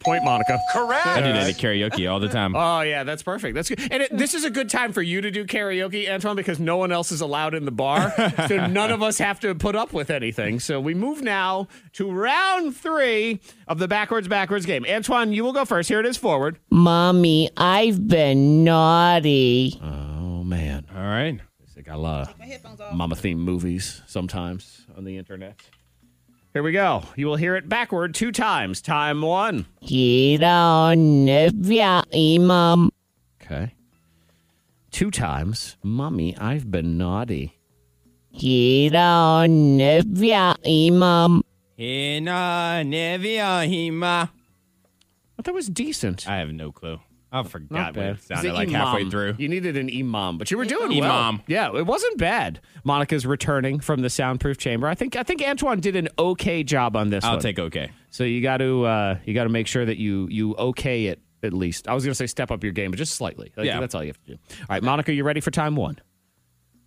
[SPEAKER 1] Point, Monica.
[SPEAKER 6] I do that at karaoke all the time.
[SPEAKER 1] Oh yeah, that's perfect. That's good. And it, this is a good time for you to do karaoke, Antoine, because no one else is allowed in the bar, so none of us have to put up with anything. So we move now to round three of the backwards backwards game. Antoine, you will go first. Here it is, forward.
[SPEAKER 8] Mommy, I've been naughty.
[SPEAKER 1] Oh man,
[SPEAKER 6] All right.
[SPEAKER 1] they got a lot of mama themed movies sometimes on the internet. Here we go. You will hear it backward two times. Time one.
[SPEAKER 8] Get on if ya, eh, mom.
[SPEAKER 1] Okay. Two times. Mommy, I've been naughty.
[SPEAKER 8] Get on if ya, eh, mom.
[SPEAKER 6] Hina Nevia Hima.
[SPEAKER 1] But that was decent.
[SPEAKER 6] I have no clue. I
[SPEAKER 1] Not
[SPEAKER 6] forgot what
[SPEAKER 1] bad.
[SPEAKER 6] it sounded
[SPEAKER 1] It's
[SPEAKER 6] like
[SPEAKER 1] an
[SPEAKER 6] halfway
[SPEAKER 1] imam.
[SPEAKER 6] through.
[SPEAKER 1] You needed an imam, but you were doing
[SPEAKER 6] Imam.
[SPEAKER 1] well. Yeah, it wasn't bad. Monica's returning from the soundproof chamber. I think I think Antoine did an okay job on this
[SPEAKER 6] I'll
[SPEAKER 1] one.
[SPEAKER 6] take okay.
[SPEAKER 1] So you got to uh, you got to make sure that you you okay it at least. I was going to say step up your game, but just slightly. Like,
[SPEAKER 6] Yeah.
[SPEAKER 1] that's all you have to do. All right, Monica, you ready for time 1?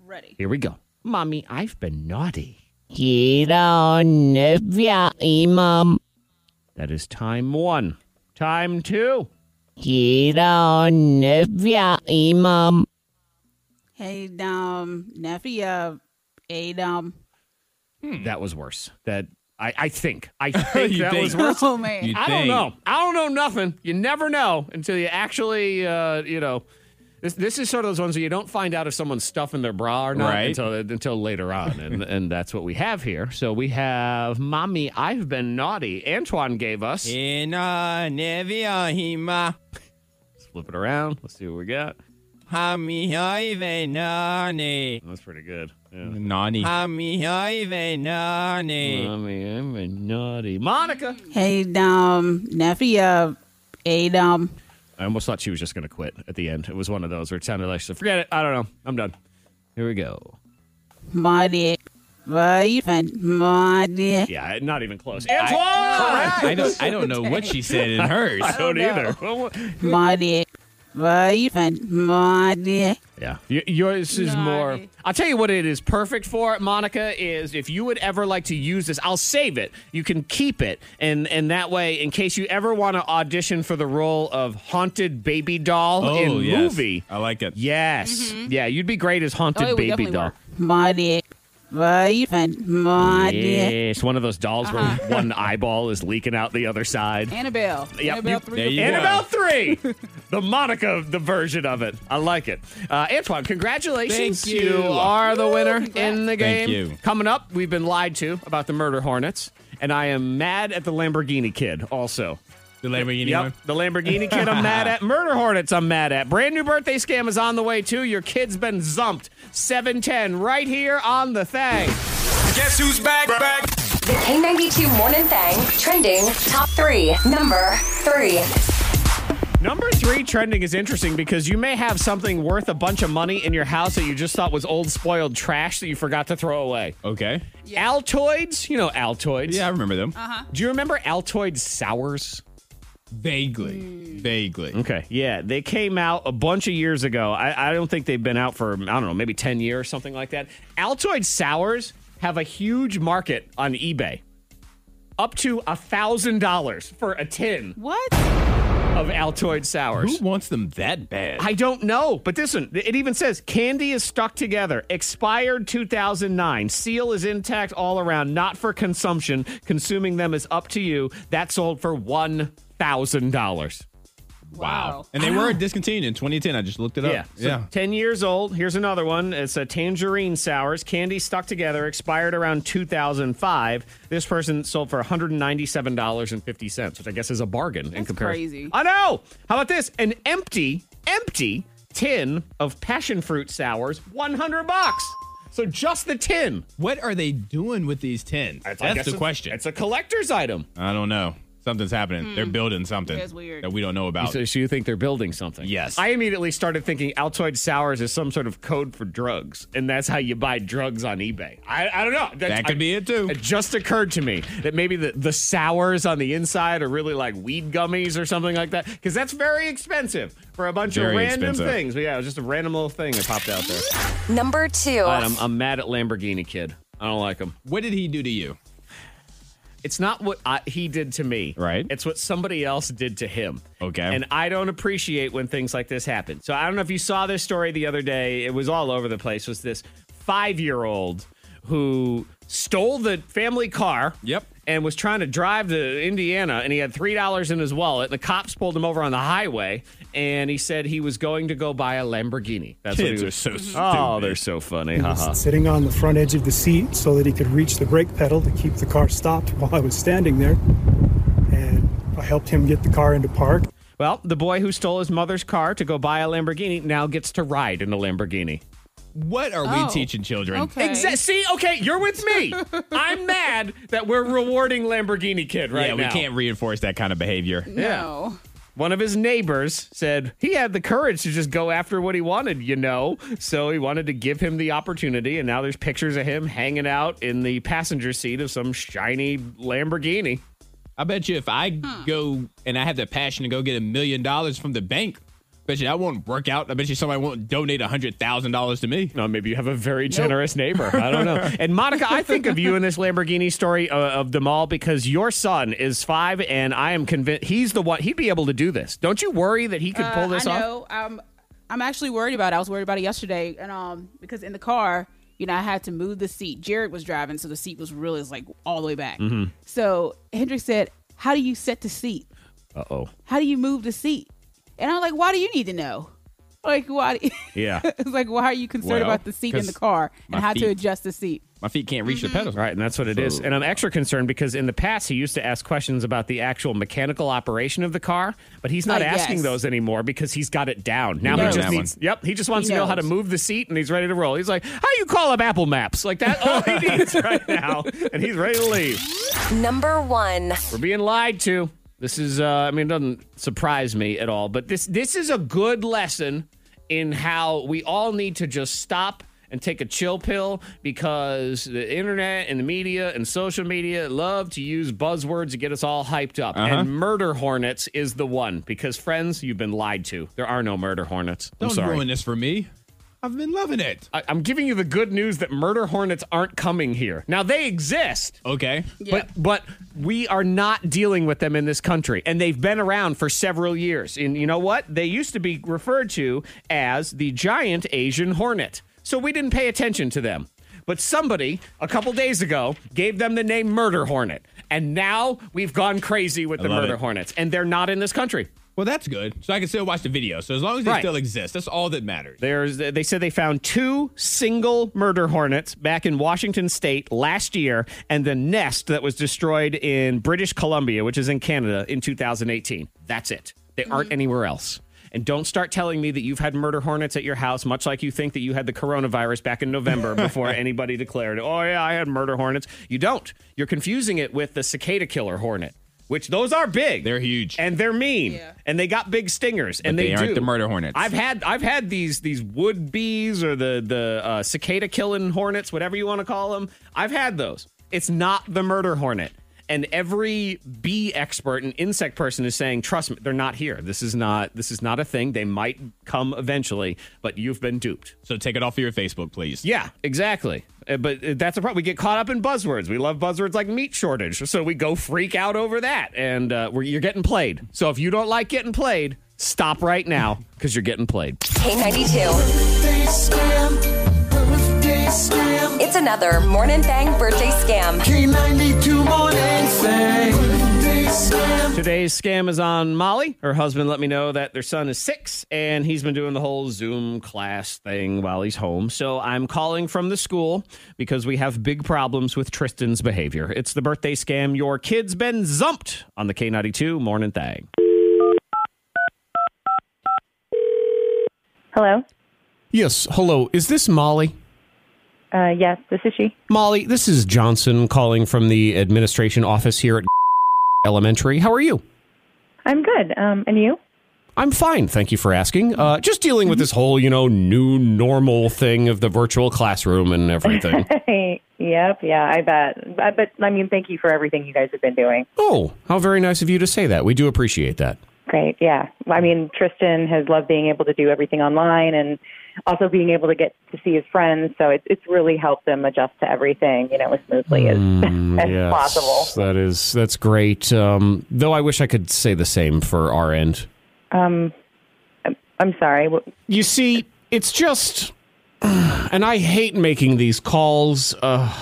[SPEAKER 7] Ready.
[SPEAKER 1] Here we go. Mommy, I've been naughty.
[SPEAKER 8] Get on if ya, eh, mom.
[SPEAKER 1] That is time 1. Time 2.
[SPEAKER 8] Get on if ya, eh, mom.
[SPEAKER 7] Hey, um, nephew, hey, um,
[SPEAKER 1] That was worse. That I I think. I think
[SPEAKER 6] You
[SPEAKER 1] that
[SPEAKER 6] think?
[SPEAKER 1] was worse.
[SPEAKER 7] oh man.
[SPEAKER 6] You
[SPEAKER 1] I don't
[SPEAKER 6] think.
[SPEAKER 1] know. I don't know nothing. You never know until you actually, uh, you know. This, this is sort of those ones where you don't find out if someone's stuffing their bra or not
[SPEAKER 6] Right.
[SPEAKER 1] until until later on, and and that's what we have here. So we have, "Mommy, I've been naughty." Antoine gave us.
[SPEAKER 6] Hina Nevia Hima.
[SPEAKER 1] Flip it around. Let's see what we got.
[SPEAKER 6] Hami Hive Nani.
[SPEAKER 1] That's pretty good. Yeah.
[SPEAKER 6] Nani. Uh, Hami Hive Nani.
[SPEAKER 1] Mommy, I've been naughty. Monica.
[SPEAKER 7] Hey, um, nephew, hey, um,
[SPEAKER 1] I almost thought she was just going to quit at the end. It was one of those where it sounded like she said, "Forget it. I don't know. I'm done." Here we go.
[SPEAKER 7] my dick, my friend, my dick.
[SPEAKER 1] Yeah, not even close. Antoine.
[SPEAKER 6] I don't, I don't know what she said in hers.
[SPEAKER 1] don't either. Well,
[SPEAKER 7] my dick, my friend, my dick.
[SPEAKER 1] Yeah. Y- yours is more. I'll tell you what it is perfect for, Monica, is if you would ever like to use this, I'll save it. You can keep it. And and that way, in case you ever want to audition for the role of haunted baby doll in
[SPEAKER 6] Oh, yes.
[SPEAKER 1] movie.
[SPEAKER 6] I like it.
[SPEAKER 1] Yes. Yeah, you'd be great as haunted
[SPEAKER 7] Mm-hmm. Oh, it would
[SPEAKER 1] baby
[SPEAKER 7] definitely
[SPEAKER 1] doll.
[SPEAKER 7] work. My dick, my friend, my dick.
[SPEAKER 1] Yes, one of those dolls
[SPEAKER 7] Uh-huh.
[SPEAKER 1] where one eyeball is leaking out the other side.
[SPEAKER 7] Annabelle. oh
[SPEAKER 1] Yep.
[SPEAKER 7] Annabelle
[SPEAKER 1] You-
[SPEAKER 7] 3.
[SPEAKER 6] there you
[SPEAKER 7] Annabelle.
[SPEAKER 1] Annabelle 3, the Monica the version of it. I like it. Uh, Antoine, congratulations.
[SPEAKER 6] Thank you.
[SPEAKER 1] are the winner
[SPEAKER 7] congrats.
[SPEAKER 1] in the game.
[SPEAKER 6] Thank you.
[SPEAKER 1] Coming up, we've been lied to about the murder hornets, and I am mad at the Lamborghini kid also.
[SPEAKER 6] The Lamborghini
[SPEAKER 1] Yep,
[SPEAKER 6] one.
[SPEAKER 1] the Lamborghini kid I'm mad at. Murder Hornets I'm mad at. Brand new birthday scam is on the way too. Your kid's been zumped. 710 right here on the thing.
[SPEAKER 9] Guess who's back, back?
[SPEAKER 2] The K92 Morning Thing trending top three. Number three.
[SPEAKER 1] Number three trending is interesting because you may have something worth a bunch of money in your house that you just thought was old spoiled trash that you forgot to throw away.
[SPEAKER 6] Okay.
[SPEAKER 1] Altoids, you know Altoids. Uh-huh.
[SPEAKER 6] Yeah, I remember them.
[SPEAKER 1] Do you remember Altoid sours?
[SPEAKER 6] Vaguely.
[SPEAKER 1] Hmm.
[SPEAKER 6] Vaguely.
[SPEAKER 1] Okay. Yeah, they came out a bunch of years ago. I, I don't think they've been out for I don't know, maybe ten years, something like that. Altoid sours have a huge market on eBay, up to a thousand dollars for a tin
[SPEAKER 7] What?
[SPEAKER 1] of Altoid sours.
[SPEAKER 6] Who wants them that bad?
[SPEAKER 1] I don't know, but listen, it even says candy is stuck together, expired 2009, seal is intact all around, not for consumption. Consuming them is up to you. That sold for one thousand dollars.
[SPEAKER 7] Wow.
[SPEAKER 6] And they were discontinued in 2010. I just looked it up.
[SPEAKER 1] Yeah. So 10 years old. Here's another one. It's a tangerine sours, candy stuck together, expired around 2005. This person sold for $197.50, which I guess is a bargain in
[SPEAKER 7] That's
[SPEAKER 1] comparison.
[SPEAKER 7] crazy.
[SPEAKER 1] I know. How about this? An empty, empty tin of passion fruit sours, 100 bucks. So just the tin.
[SPEAKER 6] What are they doing with these tins?
[SPEAKER 1] I guess
[SPEAKER 6] That's the
[SPEAKER 1] it's-
[SPEAKER 6] question.
[SPEAKER 1] It's Hmm. a collector's item.
[SPEAKER 6] I don't know. Something's happening. They're building something
[SPEAKER 7] That's weird.
[SPEAKER 6] that we don't know about.
[SPEAKER 1] So, so you think they're building something?
[SPEAKER 6] Oh. Yes.
[SPEAKER 1] I immediately started thinking Altoid sours is some sort of code for drugs, and that's how you buy drugs on eBay. I, I don't know.
[SPEAKER 6] That could be it, too.
[SPEAKER 1] It just occurred to me that maybe the, the sours on the inside are really like weed gummies or something like that, because that's very expensive for a bunch
[SPEAKER 6] Very
[SPEAKER 1] of random
[SPEAKER 6] expensive.
[SPEAKER 1] things. But yeah, it was just a random little thing that popped out there.
[SPEAKER 2] Number two.
[SPEAKER 1] All right, I'm, I'm mad at Lamborghini Kid. I don't like him.
[SPEAKER 6] What did he do to you?
[SPEAKER 1] It's not what I, he did to me.
[SPEAKER 6] Right.
[SPEAKER 1] It's what somebody else did to him.
[SPEAKER 6] Okay.
[SPEAKER 1] And I don't appreciate when things like this happen. So I don't know if you saw this story the other day. It was all over the place. Was this five year old who stole the family car?
[SPEAKER 6] Yep.
[SPEAKER 1] And was trying to drive to Indiana, and he had three dollars in his wallet. And the cops pulled him over on the highway, and he said he was going to go buy a Lamborghini. That's what he
[SPEAKER 6] Kids are
[SPEAKER 1] was.
[SPEAKER 6] so stupid.
[SPEAKER 1] oh, they're so funny. Haha.
[SPEAKER 5] Sitting on the front edge of the seat so that he could reach the brake pedal to keep the car stopped while I was standing there. And I helped him get the car into park.
[SPEAKER 1] Well, the boy who stole his mother's car to go buy a Lamborghini now gets to ride in a Lamborghini.
[SPEAKER 6] What are
[SPEAKER 7] Oh.
[SPEAKER 6] we teaching children?
[SPEAKER 7] Okay.
[SPEAKER 1] Exa- see, okay, you're with me. I'm mad that we're rewarding Lamborghini Kid right
[SPEAKER 6] yeah,
[SPEAKER 1] now.
[SPEAKER 6] we can't reinforce that kind of behavior.
[SPEAKER 7] No.
[SPEAKER 1] One of his neighbors said he had the courage to just go after what he wanted, you know. So he wanted to give him the opportunity, and now there's pictures of him hanging out in the passenger seat of some shiny Lamborghini.
[SPEAKER 6] I bet you if I go and I have the passion to go get a million dollars from the bank, bet you I won't work out. I bet you somebody won't donate a hundred thousand dollars to me.
[SPEAKER 1] No, maybe you have a very generous neighbor. I don't know. and Monica, I think of you in this Lamborghini story uh, of them all because your son is five, and I am convinced he's the one. He'd be able to do this. Don't you worry that he could pull this
[SPEAKER 7] I
[SPEAKER 1] off?
[SPEAKER 7] know. Um, I'm actually worried about it. I was worried about it yesterday, and um, because in the car, you know, I had to move the seat. Jared was driving, so the seat was really was like all the way back.
[SPEAKER 6] Mm-hmm.
[SPEAKER 7] So Hendrix said, "How do you set the seat?
[SPEAKER 1] Uh oh.
[SPEAKER 7] How do you move the seat?" And I'm like, "Why do you need to know? Like, why?" Do
[SPEAKER 1] Yeah.
[SPEAKER 7] it's like, why are you concerned
[SPEAKER 6] Well,
[SPEAKER 7] about the seat in
[SPEAKER 6] 'cause
[SPEAKER 7] the car
[SPEAKER 6] my
[SPEAKER 7] and how
[SPEAKER 6] feet-
[SPEAKER 7] to adjust the seat?
[SPEAKER 6] My feet can't reach
[SPEAKER 7] Mm-hmm.
[SPEAKER 6] the pedals.
[SPEAKER 1] Right, and that's what it is. And I'm extra concerned because in the past he used to ask questions about the actual mechanical operation of the car, but he's not
[SPEAKER 7] Uh,
[SPEAKER 1] asking
[SPEAKER 7] yes.
[SPEAKER 1] those anymore because he's got it down. Now
[SPEAKER 6] knows
[SPEAKER 1] he just
[SPEAKER 6] that
[SPEAKER 1] needs. Yep, he just wants
[SPEAKER 7] He
[SPEAKER 1] to know how to
[SPEAKER 7] knows.
[SPEAKER 1] move the seat, and he's ready to roll. He's like, "How you call up Apple Maps?" Like that. All he needs right now, and he's ready to leave.
[SPEAKER 2] Number one.
[SPEAKER 1] We're being lied to. This is, uh, I mean, it doesn't surprise me at all, but this this is a good lesson in how we all need to just stop and take a chill pill because the internet and the media and social media love to use buzzwords to get us all hyped
[SPEAKER 6] Uh-huh.
[SPEAKER 1] up. And murder hornets is the one because, friends, you've been lied to. There are no murder hornets. I'm
[SPEAKER 6] Don't
[SPEAKER 1] sorry.
[SPEAKER 6] ruin this for me. I've been loving it.
[SPEAKER 1] I- I'm giving you the good news that murder hornets aren't coming here. Now, they exist.
[SPEAKER 6] Okay.
[SPEAKER 1] But but we are not dealing with them in this country, and they've been around for several years. And you know what? They used to be referred to as the giant Asian hornet. So we didn't pay attention to them. But somebody a couple days ago gave them the name murder hornet, and now we've gone crazy with the
[SPEAKER 6] love
[SPEAKER 1] murder
[SPEAKER 6] it.
[SPEAKER 1] hornets, and they're not in this country.
[SPEAKER 6] Well, that's good. So I can still watch the video. So as long as they
[SPEAKER 1] Right.
[SPEAKER 6] still exist, that's all that matters.
[SPEAKER 1] There's they said they found two single murder hornets back in Washington state last year and the nest that was destroyed in British Columbia, which is in Canada in 2018. That's it. They
[SPEAKER 6] Mm-hmm.
[SPEAKER 1] aren't anywhere else. And don't start telling me that you've had murder hornets at your house, much like you think that you had the coronavirus back in November before anybody declared, oh, yeah, I had murder hornets. You don't. You're confusing it with the cicada killer hornet, which those are big.
[SPEAKER 6] They're huge.
[SPEAKER 1] And they're mean. And they got big stingers. and
[SPEAKER 6] they aren't
[SPEAKER 1] do.
[SPEAKER 6] the murder hornets.
[SPEAKER 1] I've had I've had these these wood bees or the the uh, cicada killing hornets, whatever you want to call them. I've had those. It's not the murder hornet, and every bee expert and insect person is saying, "Trust me, they're not here. This is not this is not a thing. They might come eventually, but you've been duped."
[SPEAKER 6] So take it off of your Facebook, please.
[SPEAKER 1] Yeah, exactly. Uh, But uh, that's the problem. We get caught up in buzzwords. We love buzzwords like meat shortage, so we go freak out over that, and uh, we're, you're getting played. So if you don't like getting played, stop right now because you're getting played.
[SPEAKER 2] K92. It's another Morning Thang birthday scam.
[SPEAKER 9] K92 morning thing.
[SPEAKER 1] Today's scam is on Molly. Her husband let me know that their son is six and he's been doing the whole Zoom class thing while he's home. So I'm calling from the school because we have big problems with Tristan's behavior. It's the birthday scam. Your kid's been zumped on the K92 morning thing.
[SPEAKER 10] Hello.
[SPEAKER 1] Yes. Hello. Is this Molly?
[SPEAKER 10] Uh, yes, this is she.
[SPEAKER 1] Molly, this is Johnson calling from the administration office here at Elementary. How are you?
[SPEAKER 10] I'm good. Um, and you?
[SPEAKER 1] I'm fine, thank you for asking. Uh, just dealing with this whole, you know, new normal thing of the virtual classroom and everything.
[SPEAKER 10] Hey. Yep. Yeah, I bet. Uh, But, but I mean, thank you for everything you guys have been doing.
[SPEAKER 1] oh, how very nice of you to say that. We do appreciate that.
[SPEAKER 10] Great. Yeah. I mean, Tristan has loved being able to do everything online and also being able to get to see his friends. So it's it's really helped them adjust to everything, you know, as smoothly as,
[SPEAKER 1] Mm.
[SPEAKER 10] as possible.
[SPEAKER 1] that is that's great. Um, though I wish I could say the same for our end.
[SPEAKER 10] Um, I'm- I'm sorry. What-
[SPEAKER 1] You see, it's just, and I hate making these calls. Uh,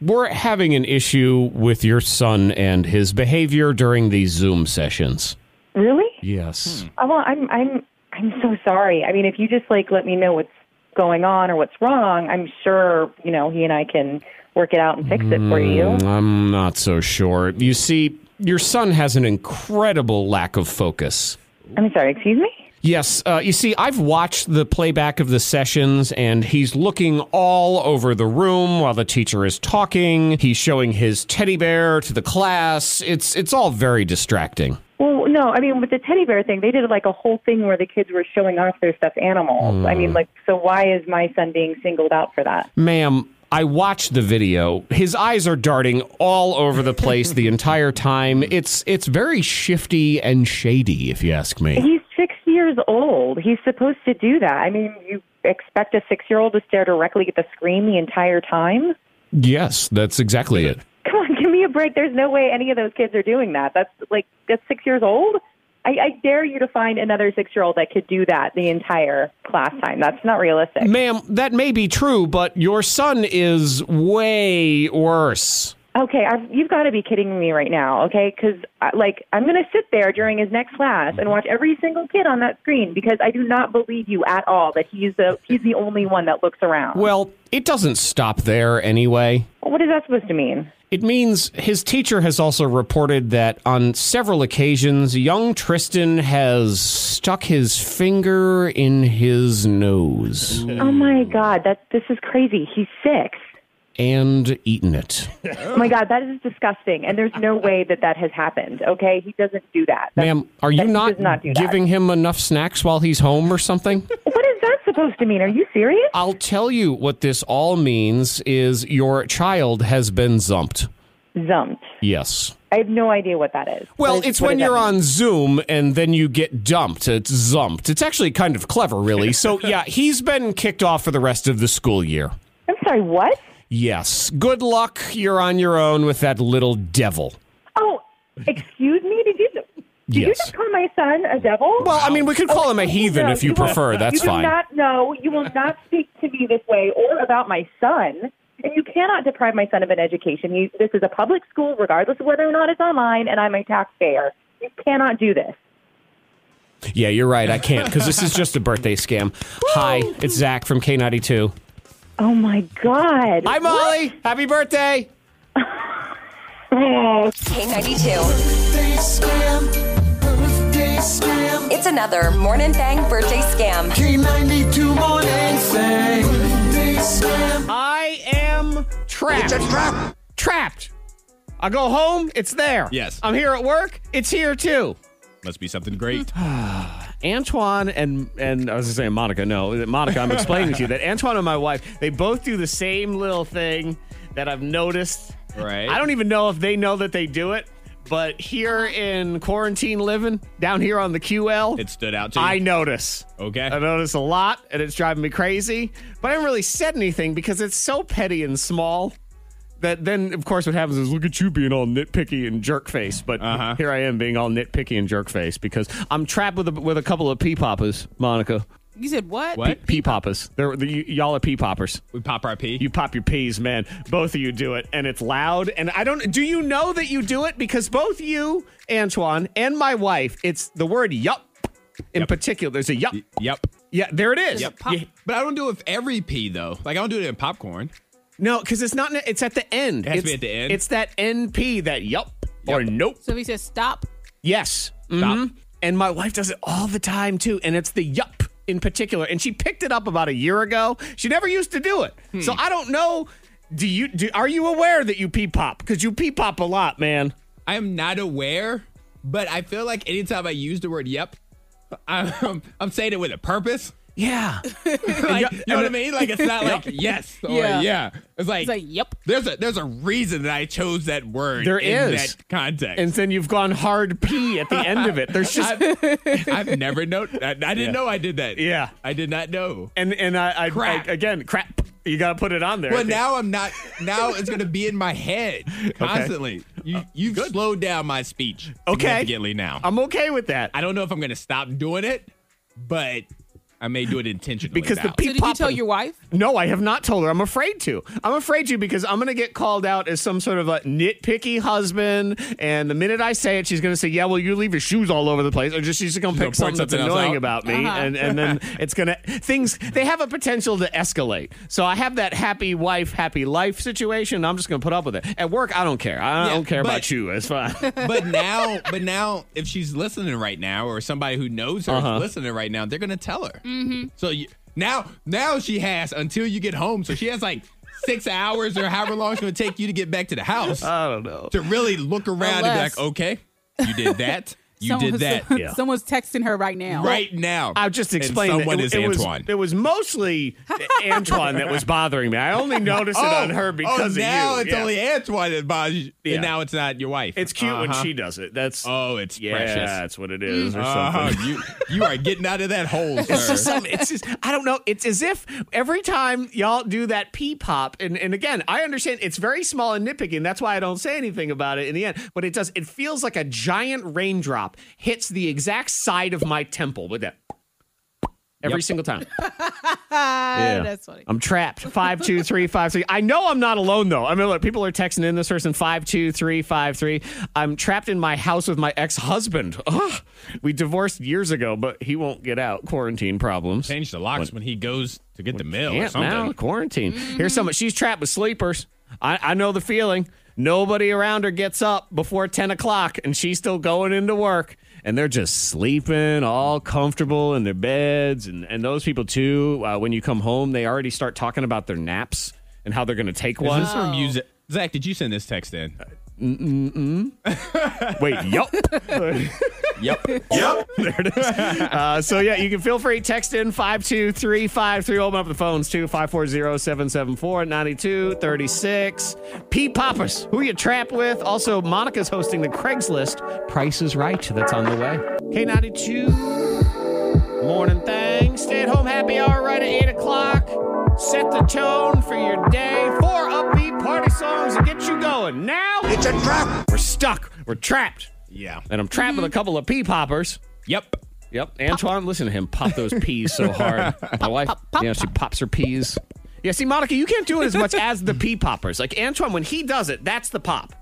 [SPEAKER 1] we're having an issue with your son and his behavior during these Zoom sessions.
[SPEAKER 10] Really?
[SPEAKER 1] Yes.
[SPEAKER 10] Oh, well, I'm I'm I'm so sorry. I mean, if you just like let me know what's going on or what's wrong, I'm sure you know he and I can work it out and fix it for you.
[SPEAKER 1] Hmm. I'm not so sure. You see, your son has an incredible lack of focus.
[SPEAKER 10] I'm sorry. Excuse me.
[SPEAKER 1] Yes, uh, you see, I've watched the playback of the sessions, and he's looking all over the room while the teacher is talking. He's showing his teddy bear to the class. It's it's all very distracting.
[SPEAKER 10] Well, no, I mean with the teddy bear thing, they did like a whole thing where the kids were showing off their stuffed animals. I mean, like, so why is my son being singled out for that?
[SPEAKER 1] Ma'am, I watched the video. His eyes are darting all over the place the entire time. It's it's very shifty and shady, if you ask me.
[SPEAKER 10] He's six years old. He's supposed to do that. I mean, you expect a six-year-old to stare directly at the screen the entire time?
[SPEAKER 1] Yes, that's exactly it.
[SPEAKER 10] Come on, give me a break. There's no way any of those kids are doing that. That's like that's six years old. I, I dare you to find another six-year-old that could do that the entire class time. That's not realistic.
[SPEAKER 1] Ma'am, that may be true, but your son is way worse.
[SPEAKER 10] Okay, I've, you've got to be kidding me right now, okay? Because like I'm going to sit there during his next class and watch every single kid on that screen because I do not believe you at all that he's the he's the only one that looks around.
[SPEAKER 1] Well, it doesn't stop there anyway.
[SPEAKER 10] what is that supposed to mean?
[SPEAKER 1] It means his teacher has also reported that on several occasions, young Tristan has stuck his finger in his nose
[SPEAKER 10] Oh my God, that this is crazy. He's six.
[SPEAKER 1] and eaten it.
[SPEAKER 10] Oh my God, that is disgusting. And there's no way that that has happened. Okay, he doesn't do that. That's-
[SPEAKER 1] Ma'am, are you
[SPEAKER 10] that he
[SPEAKER 1] not,
[SPEAKER 10] does not do that.
[SPEAKER 1] giving him enough snacks while he's home or something?
[SPEAKER 10] What is that supposed to mean? Are you serious?
[SPEAKER 1] I'll tell you what this all means is your child has been zumped.
[SPEAKER 10] Zumped.
[SPEAKER 1] Yes.
[SPEAKER 10] I have no idea what that is.
[SPEAKER 1] Well,
[SPEAKER 10] What is-
[SPEAKER 1] it's
[SPEAKER 10] what
[SPEAKER 1] when
[SPEAKER 10] does that
[SPEAKER 1] you're
[SPEAKER 10] mean?
[SPEAKER 1] on Zoom and then you get dumped. It's zumped. It's actually kind of clever, really. So, yeah, he's been kicked off for the rest of the school year.
[SPEAKER 10] I'm sorry. What?
[SPEAKER 1] Yes. Good luck. You're on your own with that little devil.
[SPEAKER 10] Oh, excuse me? Did you did you
[SPEAKER 1] Yes.
[SPEAKER 10] just call my son a devil?
[SPEAKER 1] Well, I mean, we could call him a heathen
[SPEAKER 10] No,
[SPEAKER 1] if you
[SPEAKER 10] will-
[SPEAKER 1] prefer. That's
[SPEAKER 10] you
[SPEAKER 1] fine.
[SPEAKER 10] Will not, no, you will not speak to me this way or about my son. And you cannot deprive my son of an education. He, this is a public school, regardless of whether or not it's online, and I'm a taxpayer. You cannot do this.
[SPEAKER 1] Yeah, you're right. I can't because this is just a birthday scam. Hi, it's Zach from K92.
[SPEAKER 10] Oh my God!
[SPEAKER 1] Hi, Molly. Happy birthday.
[SPEAKER 10] Oh,
[SPEAKER 2] K92. It's another Morning Thang birthday scam.
[SPEAKER 9] K92 morning thing.
[SPEAKER 1] I am trapped. Trapped. I go home, it's there.
[SPEAKER 6] Yes.
[SPEAKER 1] I'm here at work, it's here too.
[SPEAKER 6] Must be something great.
[SPEAKER 1] Antoine and and I was just saying Monica. No, Monica, I'm explaining to you that Antoine and my wife they both do the same little thing that I've noticed
[SPEAKER 6] Right.
[SPEAKER 1] I don't even know if they know that they do it, but here in quarantine living, down here on the QL,
[SPEAKER 6] It stood out to you?
[SPEAKER 1] I notice.
[SPEAKER 6] Okay.
[SPEAKER 1] I notice a lot, and it's driving me crazy. But I haven't really said anything because it's so petty and small. That then, of course, what happens is look at you being all nitpicky and jerk face. But
[SPEAKER 6] Uh-huh.
[SPEAKER 1] here I am being all nitpicky and jerk face because I'm trapped with a, with a couple of pee poppers, Monica.
[SPEAKER 7] You said what?
[SPEAKER 6] What?
[SPEAKER 1] Pee poppers. They're the, y- y'all are pee poppers.
[SPEAKER 6] We pop our pee.
[SPEAKER 1] You pop your peas, man. Both of you do it, and it's loud. And I don't. Do you know that you do it? Because both you, Antoine, and my wife, it's the word "yup." In particular, there's a yup.
[SPEAKER 6] yep.
[SPEAKER 1] Yeah, there it is.
[SPEAKER 7] Yep. Pop-
[SPEAKER 1] Yeah.
[SPEAKER 6] But I don't do it with every pee though. Like I don't do it in popcorn.
[SPEAKER 1] No, because it's not. It's at the end.
[SPEAKER 6] has to
[SPEAKER 1] it's,
[SPEAKER 6] be at the end?
[SPEAKER 1] It's that NP, that yup or nope.
[SPEAKER 7] So he says stop.
[SPEAKER 1] Yes. Mhm. And my wife does it all the time too, and it's the yup in particular. And she picked it up about a year ago. She never used to do it,
[SPEAKER 6] Hmm.
[SPEAKER 1] so I don't know. Do you? Do, are you aware that you pee pop? Because you pee pop a lot, man.
[SPEAKER 6] I am not aware, but I feel like anytime I use the word yep, I'm, I'm saying it with a purpose.
[SPEAKER 1] Yeah.
[SPEAKER 6] Like, you know what I mean? Like it's not like yes or
[SPEAKER 7] Yeah.
[SPEAKER 6] yeah. It's like,
[SPEAKER 7] He's like, yep.
[SPEAKER 6] there's a there's a reason that I chose that word
[SPEAKER 1] There
[SPEAKER 6] in
[SPEAKER 1] is.
[SPEAKER 6] that context.
[SPEAKER 1] and then you've gone hard P at the end of it. There's just
[SPEAKER 6] I've, I've never known. I, I didn't
[SPEAKER 1] Yeah.
[SPEAKER 6] know I did that.
[SPEAKER 1] Yeah.
[SPEAKER 6] I did not know.
[SPEAKER 1] and and I, I,
[SPEAKER 6] Crap.
[SPEAKER 1] I again crap. You gotta put it on there.
[SPEAKER 6] Well, now I'm not. Now it's going to be in my head constantly. You you've slowed down my speech
[SPEAKER 1] Okay. Um,
[SPEAKER 6] significantly now.
[SPEAKER 1] I'm okay with that
[SPEAKER 6] I don't know if I'm going to stop doing it, but I may do it intentionally
[SPEAKER 1] because the
[SPEAKER 6] now.
[SPEAKER 1] pee
[SPEAKER 7] So did you tell
[SPEAKER 1] popping-
[SPEAKER 7] your wife?
[SPEAKER 1] No, I have not told her. I'm afraid to. I'm afraid to because I'm going to get called out as some sort of a nitpicky husband. And the minute I say it, she's going to say, "Yeah, well, you leave your shoes all over the place," or just she's going to
[SPEAKER 6] gonna
[SPEAKER 1] pick something
[SPEAKER 6] point
[SPEAKER 1] that's
[SPEAKER 6] something else
[SPEAKER 1] annoying
[SPEAKER 6] out.
[SPEAKER 1] about me, and and then it's going to things. They have a potential to escalate. So I have that happy wife, happy life situation. I'm just going to put up with it. At work, I don't care. I
[SPEAKER 6] Yeah,
[SPEAKER 1] don't care about
[SPEAKER 6] but-
[SPEAKER 1] you. It's fine.
[SPEAKER 6] but now, but now, if she's listening right now, or somebody who knows her
[SPEAKER 1] Uh-huh.
[SPEAKER 6] is listening right now, they're going to tell her. Mm-hmm. So you, now, now she has until you get home. So she has like six hours or however long it's going to take you to get back to the house
[SPEAKER 1] I don't know.
[SPEAKER 6] to really look around
[SPEAKER 7] Unless-
[SPEAKER 6] and be like, okay, you did that. You did that.
[SPEAKER 1] Yeah.
[SPEAKER 7] Someone's texting her right now.
[SPEAKER 6] right now.
[SPEAKER 1] I'll just
[SPEAKER 6] And
[SPEAKER 1] explain.
[SPEAKER 6] Someone
[SPEAKER 1] it,
[SPEAKER 6] is
[SPEAKER 1] it
[SPEAKER 6] Antoine.
[SPEAKER 1] Was, it was mostly Antoine that was bothering me. I only noticed it on her because
[SPEAKER 6] oh,
[SPEAKER 1] of
[SPEAKER 6] now
[SPEAKER 1] you.
[SPEAKER 6] it's
[SPEAKER 1] Yeah.
[SPEAKER 6] only Antoine that bothers you,
[SPEAKER 1] Yeah.
[SPEAKER 6] and now it's not your wife.
[SPEAKER 1] It's cute when
[SPEAKER 6] Uh-huh.
[SPEAKER 1] she does it. That's
[SPEAKER 6] Oh, it's
[SPEAKER 1] yeah,
[SPEAKER 6] precious.
[SPEAKER 1] that's what it is, or
[SPEAKER 6] Uh-huh.
[SPEAKER 1] something.
[SPEAKER 6] you you are getting out of that hole,
[SPEAKER 1] It's just,
[SPEAKER 6] sir.
[SPEAKER 1] some- it's just, I don't know. It's as if every time y'all do that pee pop, and, and again, I understand it's very small and nitpicky, and that's why I don't say anything about it in the end. But it does, it feels like a giant raindrop hits the exact side of my temple with that every single time. yeah.
[SPEAKER 7] That's funny.
[SPEAKER 1] I'm trapped. Five two three five three. I know I'm not alone though. I mean, look, people are texting in this person five two three five three. I'm trapped in my house with my ex husband. We divorced years ago, but he won't get out. Quarantine problems.
[SPEAKER 6] Change the locks when he goes to get the mail or
[SPEAKER 1] Can't
[SPEAKER 6] something.
[SPEAKER 1] now. Quarantine. Here's someone. She's trapped with sleepers. I, I know the feeling. Nobody around her gets up before ten o'clock, and she's still going into work. And they're just sleeping, all comfortable in their beds. And, and those people too. Uh, when you come home, they already start talking about their naps and how they're going to take
[SPEAKER 6] Is
[SPEAKER 1] one.
[SPEAKER 6] this from music? Zach, did you send this text in?
[SPEAKER 1] Wait, yup.
[SPEAKER 6] Yep.
[SPEAKER 1] There it is. Uh, so yeah, you can feel free text in five two three five three. Open up the phones too five four zero seven seven four ninety two thirty six. P Poppers, who you trapped with? Also, Monica's hosting the Craigslist Price is Right that's on the way. K ninety two. Morning thing. Stay at home happy hour right at eight o'clock. Set the tone for your day. Four upbeat party songs to get you going. Now it's a trap. We're stuck. We're trapped.
[SPEAKER 6] Yeah.
[SPEAKER 1] And I'm trapped with a couple of pea poppers.
[SPEAKER 6] Yep.
[SPEAKER 1] Yep, Antoine, listen to him pop those peas so hard. My wife, you know, she pops her peas. Yeah, see, Monica, you can't do it as much as the pea poppers. Like Antoine, when he does it, that's the pop.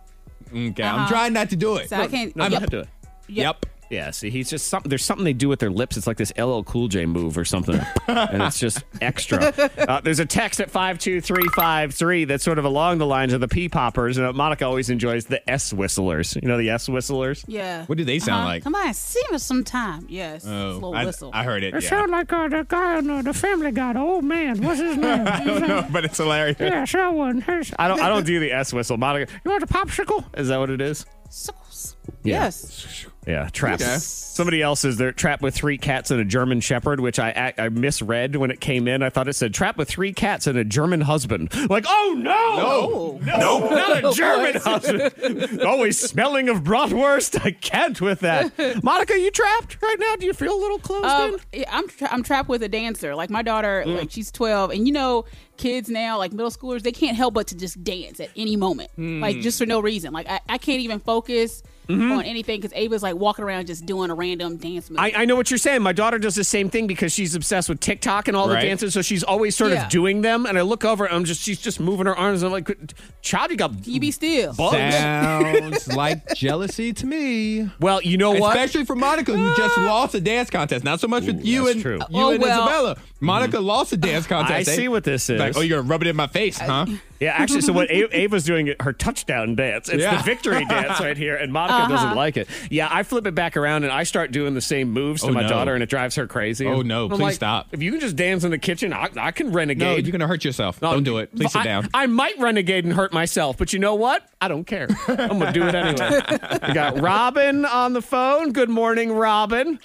[SPEAKER 6] Okay. I'm trying not to do it.
[SPEAKER 7] So I Uh-huh. can't.
[SPEAKER 1] No, you
[SPEAKER 7] yep.
[SPEAKER 1] have to do it.
[SPEAKER 6] Yep.
[SPEAKER 1] Yeah, see, he's just something. There's something they do with their lips. It's like this LL Cool J move or something, and it's just extra. Uh, there's a text at five two three five three that's sort of along the lines of the pea poppers, and uh, Monica always enjoys the S whistlers. You know the S whistlers.
[SPEAKER 7] Yeah. Uh-huh.
[SPEAKER 6] What do they sound like?
[SPEAKER 7] Come on, sing us sometime. Yes.
[SPEAKER 6] Oh,
[SPEAKER 7] slow
[SPEAKER 6] I,
[SPEAKER 7] whistle.
[SPEAKER 6] I heard it.
[SPEAKER 8] It
[SPEAKER 6] Yeah.
[SPEAKER 8] sound like uh, the guy on uh, the Family Guy, the old man. What's his name?
[SPEAKER 6] I don't know, but it's hilarious.
[SPEAKER 8] yeah, sure one. Here's,
[SPEAKER 1] I don't. I don't do the S whistle, Monica.
[SPEAKER 8] you want a popsicle?
[SPEAKER 1] Is that what it is?
[SPEAKER 7] Sickles.
[SPEAKER 1] Yeah.
[SPEAKER 7] Yes.
[SPEAKER 1] Yeah, trapped.
[SPEAKER 6] Okay.
[SPEAKER 1] Somebody else is there trapped with three cats and a German shepherd, which I I misread when it came in. I thought it said trapped with three cats and a German husband. Like, oh no, no, no, not a German husband. Always smelling of bratwurst. I can't with that. Monica, you trapped right now? Do you feel a little closed
[SPEAKER 7] Um,
[SPEAKER 1] in?
[SPEAKER 7] yeah, I'm tra- I'm trapped with a dancer. Like my daughter,
[SPEAKER 6] Mm.
[SPEAKER 7] like she's 12, and you know, kids now, like middle schoolers, they can't help but to just dance at any moment,
[SPEAKER 6] Hmm.
[SPEAKER 7] like just for no reason. Like I, I can't even focus
[SPEAKER 6] Mm-hmm.
[SPEAKER 7] on anything because Ava's like walking around just doing a random dance move.
[SPEAKER 1] I, I know what you're saying. My daughter does the same thing because she's obsessed with TikTok and all
[SPEAKER 6] Right.
[SPEAKER 1] the dances, so she's always sort
[SPEAKER 7] Yeah.
[SPEAKER 1] of doing them. And I look over, and I'm just she's just moving her arms. And I'm like, child, you got
[SPEAKER 7] you be still.
[SPEAKER 1] bugs.
[SPEAKER 6] Sounds like jealousy to me.
[SPEAKER 1] well, you know what?
[SPEAKER 6] Especially for Monica, who just lost a dance contest. Not so much with you
[SPEAKER 1] that's
[SPEAKER 6] and
[SPEAKER 1] true. Mm-hmm.
[SPEAKER 6] you
[SPEAKER 7] Oh,
[SPEAKER 6] and
[SPEAKER 7] well.
[SPEAKER 6] Isabella. Monica lost a dance contest.
[SPEAKER 1] I
[SPEAKER 6] They-
[SPEAKER 1] see what this is.
[SPEAKER 6] Like, oh, you're gonna rub it in my face, huh?
[SPEAKER 1] Yeah, actually, so what A- Ava's doing it- her touchdown dance. It's
[SPEAKER 6] Yeah. Uh-huh.
[SPEAKER 1] the victory dance right here, and Monica doesn't like it. Yeah, I flip it back around and I start doing the same moves to
[SPEAKER 6] Oh,
[SPEAKER 1] my
[SPEAKER 6] no.
[SPEAKER 1] daughter, and it drives her crazy.
[SPEAKER 6] Oh, no,
[SPEAKER 1] I'm
[SPEAKER 6] please stop.
[SPEAKER 1] If you can just dance in the kitchen, I, I can
[SPEAKER 6] No,
[SPEAKER 1] renegade.
[SPEAKER 6] you're gonna hurt yourself. Don't do it. Please sit
[SPEAKER 1] I-
[SPEAKER 6] down.
[SPEAKER 1] I might renegade and hurt myself, but you know what? I don't care. I'm gonna do it anyway. we got Robin on the phone. Good morning, Robin.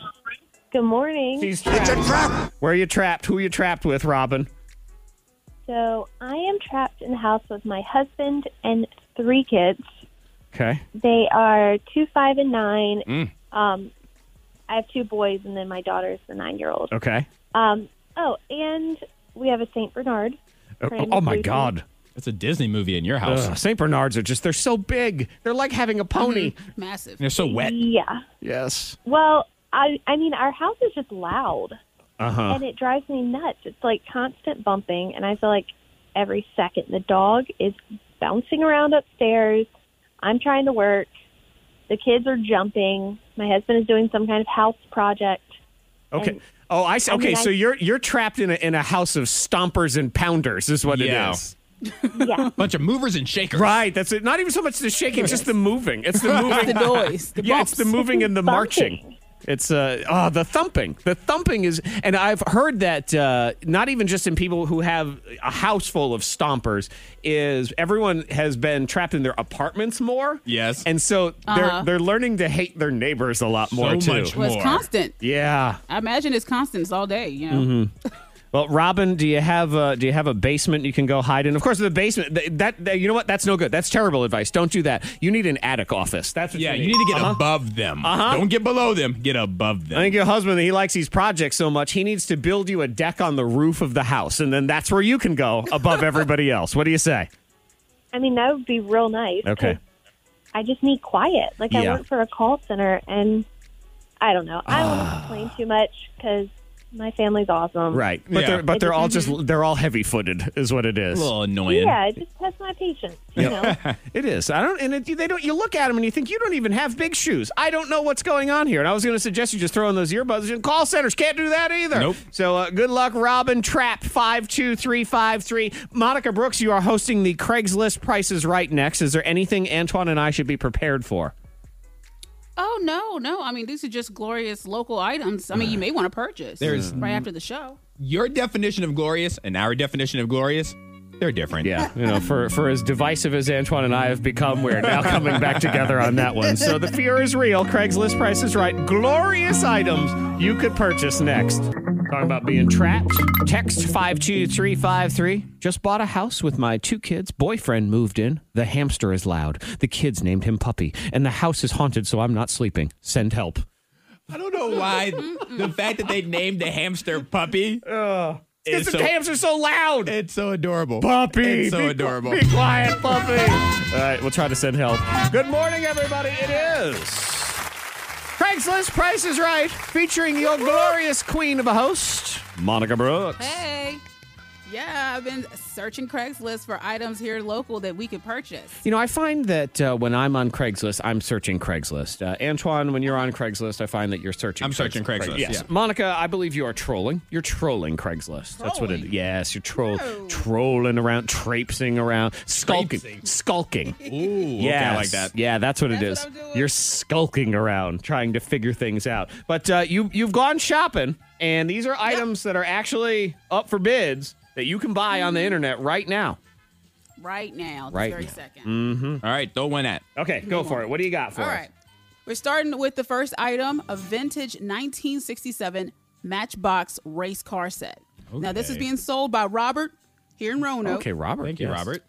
[SPEAKER 10] Good morning.
[SPEAKER 1] She's trapped. Where are you trapped? Who are you trapped with, Robin?
[SPEAKER 3] So I am trapped in the house with my husband and three kids.
[SPEAKER 1] Okay.
[SPEAKER 3] They are two, five, and nine. Um, I have two boys, and then my daughter's the nine-year-old.
[SPEAKER 1] Okay.
[SPEAKER 3] Um, oh, and we have a Saint Bernard.
[SPEAKER 1] Oh,
[SPEAKER 3] Friend
[SPEAKER 1] oh my
[SPEAKER 3] Ruby.
[SPEAKER 1] God.
[SPEAKER 6] It's a Disney movie in your house.
[SPEAKER 1] Ugh, St. Bernards are just, they're so big. They're like having a pony.
[SPEAKER 3] Mm-hmm.
[SPEAKER 7] Massive.
[SPEAKER 6] They're so wet.
[SPEAKER 3] Yeah.
[SPEAKER 1] Yes.
[SPEAKER 3] Well, I, I mean, our house is just loud,
[SPEAKER 1] Uh huh.
[SPEAKER 3] and it drives me nuts. It's like constant bumping, and I feel like every second the dog is bouncing around upstairs. I'm trying to work. The kids are jumping. My husband is doing some kind of house project.
[SPEAKER 1] Okay.
[SPEAKER 3] and-
[SPEAKER 1] Oh, I see.
[SPEAKER 3] I mean,
[SPEAKER 1] Okay,
[SPEAKER 3] I-
[SPEAKER 1] so you're you're trapped in a in a house of stompers and pounders, is what
[SPEAKER 6] Yeah.
[SPEAKER 1] it is.
[SPEAKER 3] Yeah.
[SPEAKER 6] Bunch of movers and shakers.
[SPEAKER 1] Right. That's it. Not even so much the shaking, just the moving. It's the moving.
[SPEAKER 7] the noise. The
[SPEAKER 1] yeah,
[SPEAKER 7] bumps.
[SPEAKER 1] it's the moving and the marching.
[SPEAKER 3] Thumping.
[SPEAKER 1] It's uh oh, the thumping. The thumping is and I've heard that uh not even just in people who have a house full of stompers is everyone has been trapped in their apartments more.
[SPEAKER 6] Yes.
[SPEAKER 1] And so
[SPEAKER 7] Uh-huh.
[SPEAKER 1] they're they're learning to hate their neighbors a lot more too.
[SPEAKER 6] much
[SPEAKER 7] Well, it's
[SPEAKER 6] More.
[SPEAKER 7] constant.
[SPEAKER 1] Yeah.
[SPEAKER 7] I imagine it's constant. It's all day. You know.
[SPEAKER 1] Well, Robin, do you have a, do you have a basement you can go hide in? Of course, the basement. Th- that, that- you know what? That's no good. That's terrible advice. Don't do that. You need an attic office. That's what
[SPEAKER 6] Yeah,
[SPEAKER 1] you
[SPEAKER 6] you
[SPEAKER 1] need.
[SPEAKER 6] need to get above them. Don't get below them. Get above them.
[SPEAKER 1] Uh-huh. I think your husband he likes these projects so much he needs to build you a deck on the roof of the house, and then that's where you can go above everybody else. What do you say?
[SPEAKER 3] I mean, that would be real nice.
[SPEAKER 1] Okay.
[SPEAKER 3] I just need quiet. Like I
[SPEAKER 1] Yeah.
[SPEAKER 3] work for a call center, and I don't know. I don't want
[SPEAKER 1] Ah.
[SPEAKER 3] to complain too much because my family's awesome.
[SPEAKER 1] Right, but
[SPEAKER 6] Yeah.
[SPEAKER 1] they're but they're all just they're all heavy footed, is what it
[SPEAKER 6] a
[SPEAKER 1] is.
[SPEAKER 6] little annoying.
[SPEAKER 3] Yeah, it just tests my patience. You know.
[SPEAKER 1] It is. I don't, and it, they don't. You look at them and you think you don't even have big shoes. I don't know what's going on here. And I was going to suggest you just throw in those earbuds. And call centers can't do that either.
[SPEAKER 6] Nope.
[SPEAKER 1] So uh, good luck, Robin Trap five two three five three. Monica Brooks, you are hosting the Craigslist Prices Right next. Is there anything Antoine and I should be prepared for?
[SPEAKER 7] Oh no, no. I mean, these are just glorious local items. I mean, you may want to purchase.
[SPEAKER 6] There's-
[SPEAKER 7] right after the show.
[SPEAKER 6] Your definition of glorious and our definition of glorious, they're different.
[SPEAKER 1] Yeah, you know, for for as divisive as Antoine and I have become, we're now coming back together on that one. So the fear is real. Craigslist Price is Right. Glorious items you could purchase next. Talking about being trapped. Text five two three five three. Just bought a house with my two kids. Boyfriend moved in. The hamster is loud. The kids named him Puppy, and the house is haunted, so I'm not sleeping. Send help.
[SPEAKER 6] I don't know why the fact that they named the hamster puppy.
[SPEAKER 7] Uh,
[SPEAKER 6] is so,
[SPEAKER 1] hamster's so loud.
[SPEAKER 6] it's so adorable.
[SPEAKER 1] Puppy.
[SPEAKER 6] It's so
[SPEAKER 1] Be-
[SPEAKER 6] adorable.
[SPEAKER 1] Be quiet, puppy. All right, we'll try to send help. Good morning, everybody. It is Craigslist Price is Right featuring your glorious queen of a host, Monica Brooks.
[SPEAKER 7] Hey. Yeah, I've been searching Craigslist for items here local that we could purchase.
[SPEAKER 1] You know, I find that uh, when I'm on Craigslist, I'm searching Craigslist. Uh, Antoine, when you're on Craigslist, I find that you're searching.
[SPEAKER 6] I'm searching Craigslist,
[SPEAKER 1] Yes,
[SPEAKER 6] yeah.
[SPEAKER 1] Monica, I believe you are trolling. You're trolling Craigslist. That's what it.
[SPEAKER 7] Trolling?
[SPEAKER 1] Yes, you're troll,
[SPEAKER 7] No.
[SPEAKER 1] trolling around, traipsing around, skulking,
[SPEAKER 6] Traipsing.
[SPEAKER 1] skulking.
[SPEAKER 6] Ooh, okay, I like that.
[SPEAKER 1] Yeah, that's what it
[SPEAKER 7] That's
[SPEAKER 1] is.
[SPEAKER 7] what I'm doing.
[SPEAKER 1] You're skulking around trying to figure things out. But uh, you you've gone shopping, and these are items that are actually up for bids that you can buy on the
[SPEAKER 7] Mm-hmm.
[SPEAKER 1] internet right now.
[SPEAKER 7] right now, this
[SPEAKER 1] Right
[SPEAKER 7] very
[SPEAKER 1] now. Mm.
[SPEAKER 7] second.
[SPEAKER 6] All right, throw one at.
[SPEAKER 1] Okay, go for it. What do you got for
[SPEAKER 7] All
[SPEAKER 1] us?
[SPEAKER 7] right. We're starting with the first item a vintage 1967 Matchbox race car set. Now, this is
[SPEAKER 6] Okay.
[SPEAKER 7] being sold by Robert here in Roanoke.
[SPEAKER 1] Okay, Robert.
[SPEAKER 6] Thank you,
[SPEAKER 1] yes.
[SPEAKER 6] Robert.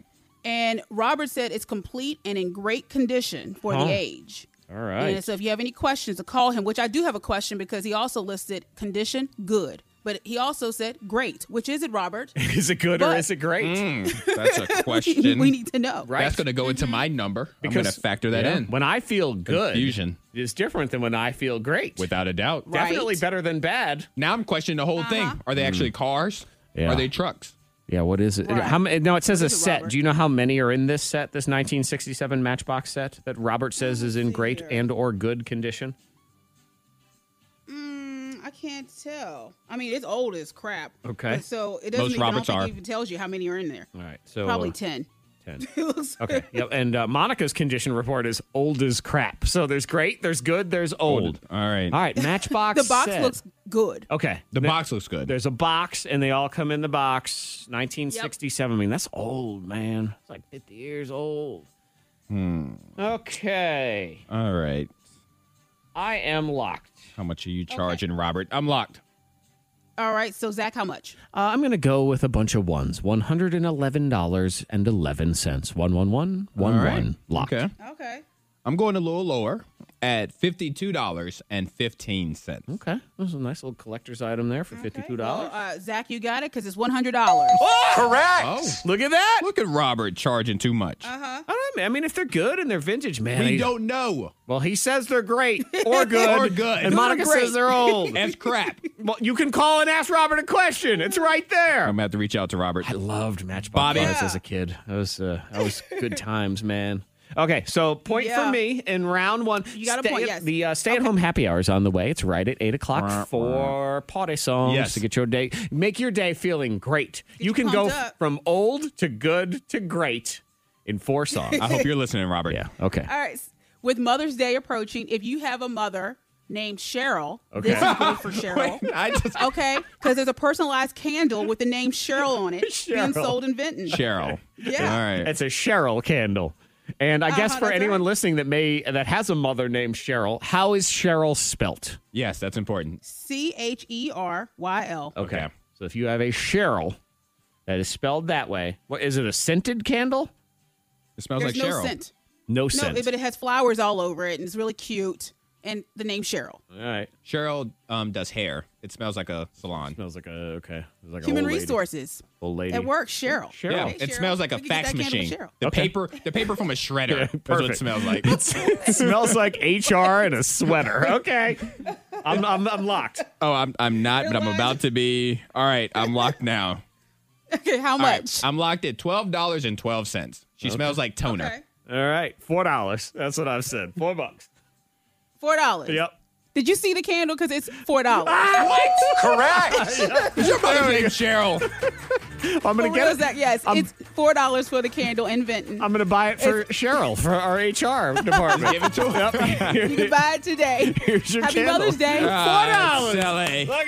[SPEAKER 7] And Robert said it's complete and in great condition for
[SPEAKER 1] Huh.
[SPEAKER 7] the age.
[SPEAKER 1] All right.
[SPEAKER 7] And so if you have any questions, to call him, which I do have a question because he also listed condition good. But he also said great, which is it, Robert?
[SPEAKER 11] Is it good or
[SPEAKER 7] But-
[SPEAKER 11] is it great?
[SPEAKER 6] Mm, That's a question.
[SPEAKER 7] we need Mm-hmm. to know.
[SPEAKER 6] That's going to go into my number. I'm going to factor that
[SPEAKER 1] yeah,
[SPEAKER 6] in.
[SPEAKER 1] When I feel good,
[SPEAKER 6] Confusion.
[SPEAKER 1] is different than when I feel great.
[SPEAKER 6] Without a doubt.
[SPEAKER 1] Definitely
[SPEAKER 7] Right. Uh-huh.
[SPEAKER 1] better than bad.
[SPEAKER 6] Now I'm questioning the whole thing. Are they actually cars?
[SPEAKER 1] Yeah.
[SPEAKER 6] Are they trucks?
[SPEAKER 1] Yeah, what is it?
[SPEAKER 7] Right.
[SPEAKER 1] How many? No, it says a
[SPEAKER 7] it,
[SPEAKER 1] set.
[SPEAKER 7] Robert?
[SPEAKER 1] Do you know how many are in this set? This 1967 Matchbox set that Robert says is in great and or good condition.
[SPEAKER 7] Mm, I can't tell. I mean, it's old as crap.
[SPEAKER 1] Okay.
[SPEAKER 7] But so it doesn't
[SPEAKER 6] Most
[SPEAKER 7] even, I don't
[SPEAKER 6] Roberts
[SPEAKER 7] think
[SPEAKER 6] are.
[SPEAKER 7] it even tells you how many are in there.
[SPEAKER 1] All right, so
[SPEAKER 7] Probably
[SPEAKER 1] uh,
[SPEAKER 7] 10.
[SPEAKER 1] 10.
[SPEAKER 7] It looks
[SPEAKER 1] Okay. Yep. And uh, Monica's condition report is old as crap. So there's great, there's good, there's old.
[SPEAKER 6] All right.
[SPEAKER 1] All right. Matchbox.
[SPEAKER 7] The box
[SPEAKER 1] set.
[SPEAKER 7] looks good.
[SPEAKER 1] okay.
[SPEAKER 6] The
[SPEAKER 1] Th-
[SPEAKER 6] box looks good.
[SPEAKER 1] There's a box, and they all come in the box. 1967. I mean, that's old, man. It's like 50 years old. Hmm. Okay.
[SPEAKER 6] All right.
[SPEAKER 1] I am locked.
[SPEAKER 6] How much are you charging, Robert? I'm locked.
[SPEAKER 7] All right. So, Zach, how much?
[SPEAKER 1] Uh, I'm going to go with a bunch of ones. $111.11. One, one, one, one,
[SPEAKER 6] All right.
[SPEAKER 1] one. Locked.
[SPEAKER 6] Okay.
[SPEAKER 7] Okay.
[SPEAKER 6] I'm going a little lower at fifty-two dollars and fifteen cents.
[SPEAKER 1] Okay. That's a nice little collector's item there for $52.
[SPEAKER 7] Well, uh, Zach, you got it because it's $100. Uh
[SPEAKER 1] Correct.
[SPEAKER 6] Oh.
[SPEAKER 1] Look at that.
[SPEAKER 6] Look at Robert charging too much.
[SPEAKER 7] huh.
[SPEAKER 1] I don't know, man. I mean, if they're good and they're vintage, man.
[SPEAKER 6] we
[SPEAKER 1] they-
[SPEAKER 6] don't know.
[SPEAKER 1] Well, he says they're great or good
[SPEAKER 6] Or good.
[SPEAKER 1] and
[SPEAKER 6] Good
[SPEAKER 1] Monica
[SPEAKER 6] or
[SPEAKER 1] says they're old.
[SPEAKER 6] That's crap.
[SPEAKER 1] well, you can call and ask Robert a question. It's right there.
[SPEAKER 6] I'm gonna have to reach out to Robert.
[SPEAKER 1] I loved Matchbox
[SPEAKER 6] Bobby.
[SPEAKER 1] cars as a kid. That was uh, that was good times, man. Okay, so point for
[SPEAKER 7] Yeah.
[SPEAKER 1] me in round one.
[SPEAKER 7] You got a
[SPEAKER 1] Stay-
[SPEAKER 7] point, yes.
[SPEAKER 1] The uh, stay-at-home happy hour is on the way. It's right at eight
[SPEAKER 6] Wah, wah.
[SPEAKER 1] o'clock for party songs
[SPEAKER 6] Yes.
[SPEAKER 1] to get your day, make your day feeling great. you
[SPEAKER 7] you
[SPEAKER 1] can
[SPEAKER 7] pumped
[SPEAKER 1] go
[SPEAKER 7] up.
[SPEAKER 1] from old to good to great in four songs.
[SPEAKER 6] I hope you're listening, Robert.
[SPEAKER 1] yeah. Okay.
[SPEAKER 7] All right. s- With Mother's Day approaching, if you have a mother named Cheryl,
[SPEAKER 1] Okay.
[SPEAKER 7] this is good for Cheryl.
[SPEAKER 6] Wait, I just
[SPEAKER 7] Okay, because there's a personalized candle with the name Cheryl on it
[SPEAKER 1] Cheryl.
[SPEAKER 7] being sold in Vinton.
[SPEAKER 6] Cheryl.
[SPEAKER 7] Yeah.
[SPEAKER 6] All right.
[SPEAKER 1] It's a Cheryl candle. And I guess
[SPEAKER 7] Uh-huh,
[SPEAKER 1] for
[SPEAKER 7] that's
[SPEAKER 1] anyone
[SPEAKER 7] right.
[SPEAKER 1] listening that may that has a mother named Cheryl, how is Cheryl spelt?
[SPEAKER 6] Yes, that's important.
[SPEAKER 7] C H E R Y L.
[SPEAKER 1] Oh,
[SPEAKER 6] Okay.
[SPEAKER 1] So if you have a Cheryl that is spelled that way, what is it a scented candle?
[SPEAKER 6] It smells
[SPEAKER 7] There's
[SPEAKER 6] like
[SPEAKER 7] no
[SPEAKER 6] Cheryl.
[SPEAKER 7] scent.
[SPEAKER 1] No,
[SPEAKER 7] No,
[SPEAKER 1] scent.
[SPEAKER 7] it- but it has flowers all over it, and it's really cute. And the name Cheryl.
[SPEAKER 1] All right.
[SPEAKER 6] Cheryl um, does hair. It smells like a salon.
[SPEAKER 1] Smells like a okay. It's like an
[SPEAKER 7] Human
[SPEAKER 1] old lady-
[SPEAKER 7] resources.
[SPEAKER 1] Old lady.
[SPEAKER 7] At work, Cheryl.
[SPEAKER 1] Cheryl.
[SPEAKER 6] Yeah,
[SPEAKER 1] Hey,
[SPEAKER 6] it smells like a
[SPEAKER 7] We could get
[SPEAKER 6] fax
[SPEAKER 7] that candle
[SPEAKER 6] machine.
[SPEAKER 7] with Cheryl.
[SPEAKER 6] The
[SPEAKER 1] Okay.
[SPEAKER 6] paper, the paper from a shredder. is what
[SPEAKER 1] perfect.
[SPEAKER 6] it smells like.
[SPEAKER 1] it smells like HR and a sweater. Okay. I'm I'm, I'm locked.
[SPEAKER 6] Oh, I'm I'm not, but I'm
[SPEAKER 7] Realize-
[SPEAKER 6] about to be. All right, I'm locked now.
[SPEAKER 7] Okay, how
[SPEAKER 6] All right,
[SPEAKER 7] much?
[SPEAKER 6] I'm locked at twelve dollars and twelve cents. She smells like toner.
[SPEAKER 7] Okay.
[SPEAKER 1] All right. Four dollars. That's what I've said. Four bucks.
[SPEAKER 7] Four dollars.
[SPEAKER 1] Yep. Ah,
[SPEAKER 7] Did you see the candle? Because it's four dollars.
[SPEAKER 6] Your mother's named Cheryl.
[SPEAKER 1] I'm gonna get it.
[SPEAKER 7] Yes, it's four dollars for the candle in Vinton.
[SPEAKER 1] I'm gonna buy it for Cheryl for our HR department.
[SPEAKER 6] Give it to her.
[SPEAKER 1] Yep.
[SPEAKER 7] you can buy it today.
[SPEAKER 1] Here's your
[SPEAKER 7] Happy
[SPEAKER 1] candle.
[SPEAKER 7] Mother's Day.
[SPEAKER 6] Ah,
[SPEAKER 1] $4.
[SPEAKER 6] Sally.
[SPEAKER 1] Look at that.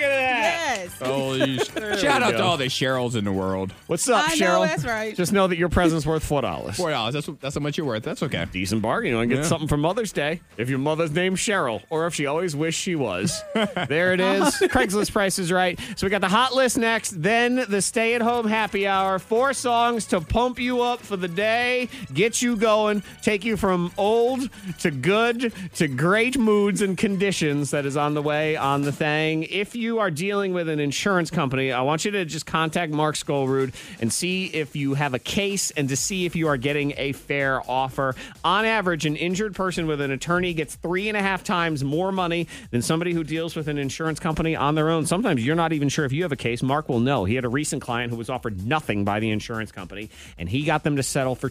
[SPEAKER 7] Yes.
[SPEAKER 6] Oh, you- shout out to all the Cheryls in the world.
[SPEAKER 1] What's up,
[SPEAKER 7] I know,
[SPEAKER 1] Cheryl?
[SPEAKER 7] that's right.
[SPEAKER 1] Just know that your present's worth four dollars.
[SPEAKER 6] Four dollars. That's that's how much you're worth. That's okay.
[SPEAKER 1] Decent bargain. You want to get
[SPEAKER 6] Yeah.
[SPEAKER 1] something for Mother's Day if your mother's name's Cheryl, or if she always wished she was. there it is. Craigslist price is right. So we got the hot list next, then the stay at home happy hour. Four songs to pump you up for the day, get you going, take you from old to good to great moods and conditions that is on the way on the thing. If you are dealing with an insurance company, I want you to just contact Mark Skolrud and see if you have a case and to see if you are getting a fair offer. On average, an injured person with an attorney gets three and a half times more money than somebody who deals with an insurance company on their own. Sometimes you're not even sure if you have a case. Mark will know. He had a recent client who was offered nothing by the insurance company, and he got them to settle for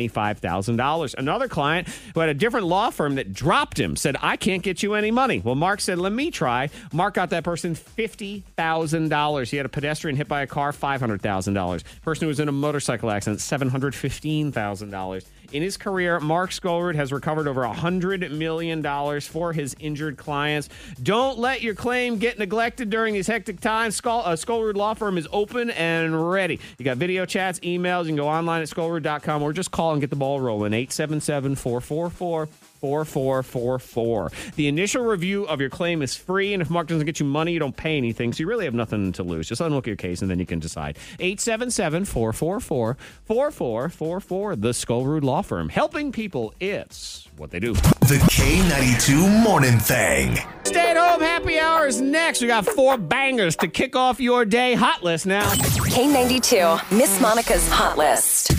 [SPEAKER 1] $225,000. Another client who had a different law firm that dropped him said, I can't get you any money. Well, Mark said, Let me try. Mark got that person $50,000. He had a pedestrian hit by a car, $500,000. Person who was in a motorcycle accident, $715,000. In his career, Mark Skolrud has recovered over $100 million for his injured clients. Don't let your claim get neglected during these hectic times. Skol- uh, Skolrud Law Firm is open and ready. You got video chats, emails. You can go online at skolrud.com or just call and get the ball rolling. 877 444 4444. The initial review of your claim is free, and if Mark doesn't get you money, you don't pay anything, so you really have nothing to lose. Just unlook your case, and then you can decide. 877 444 4444. The Skullrood Law Firm. Helping people, it's what they do.
[SPEAKER 11] The K92 Morning Thing.
[SPEAKER 1] Stay at home happy hour is next. We got four bangers to kick off your day. Hot list now.
[SPEAKER 2] K92, Miss Monica's Hot List.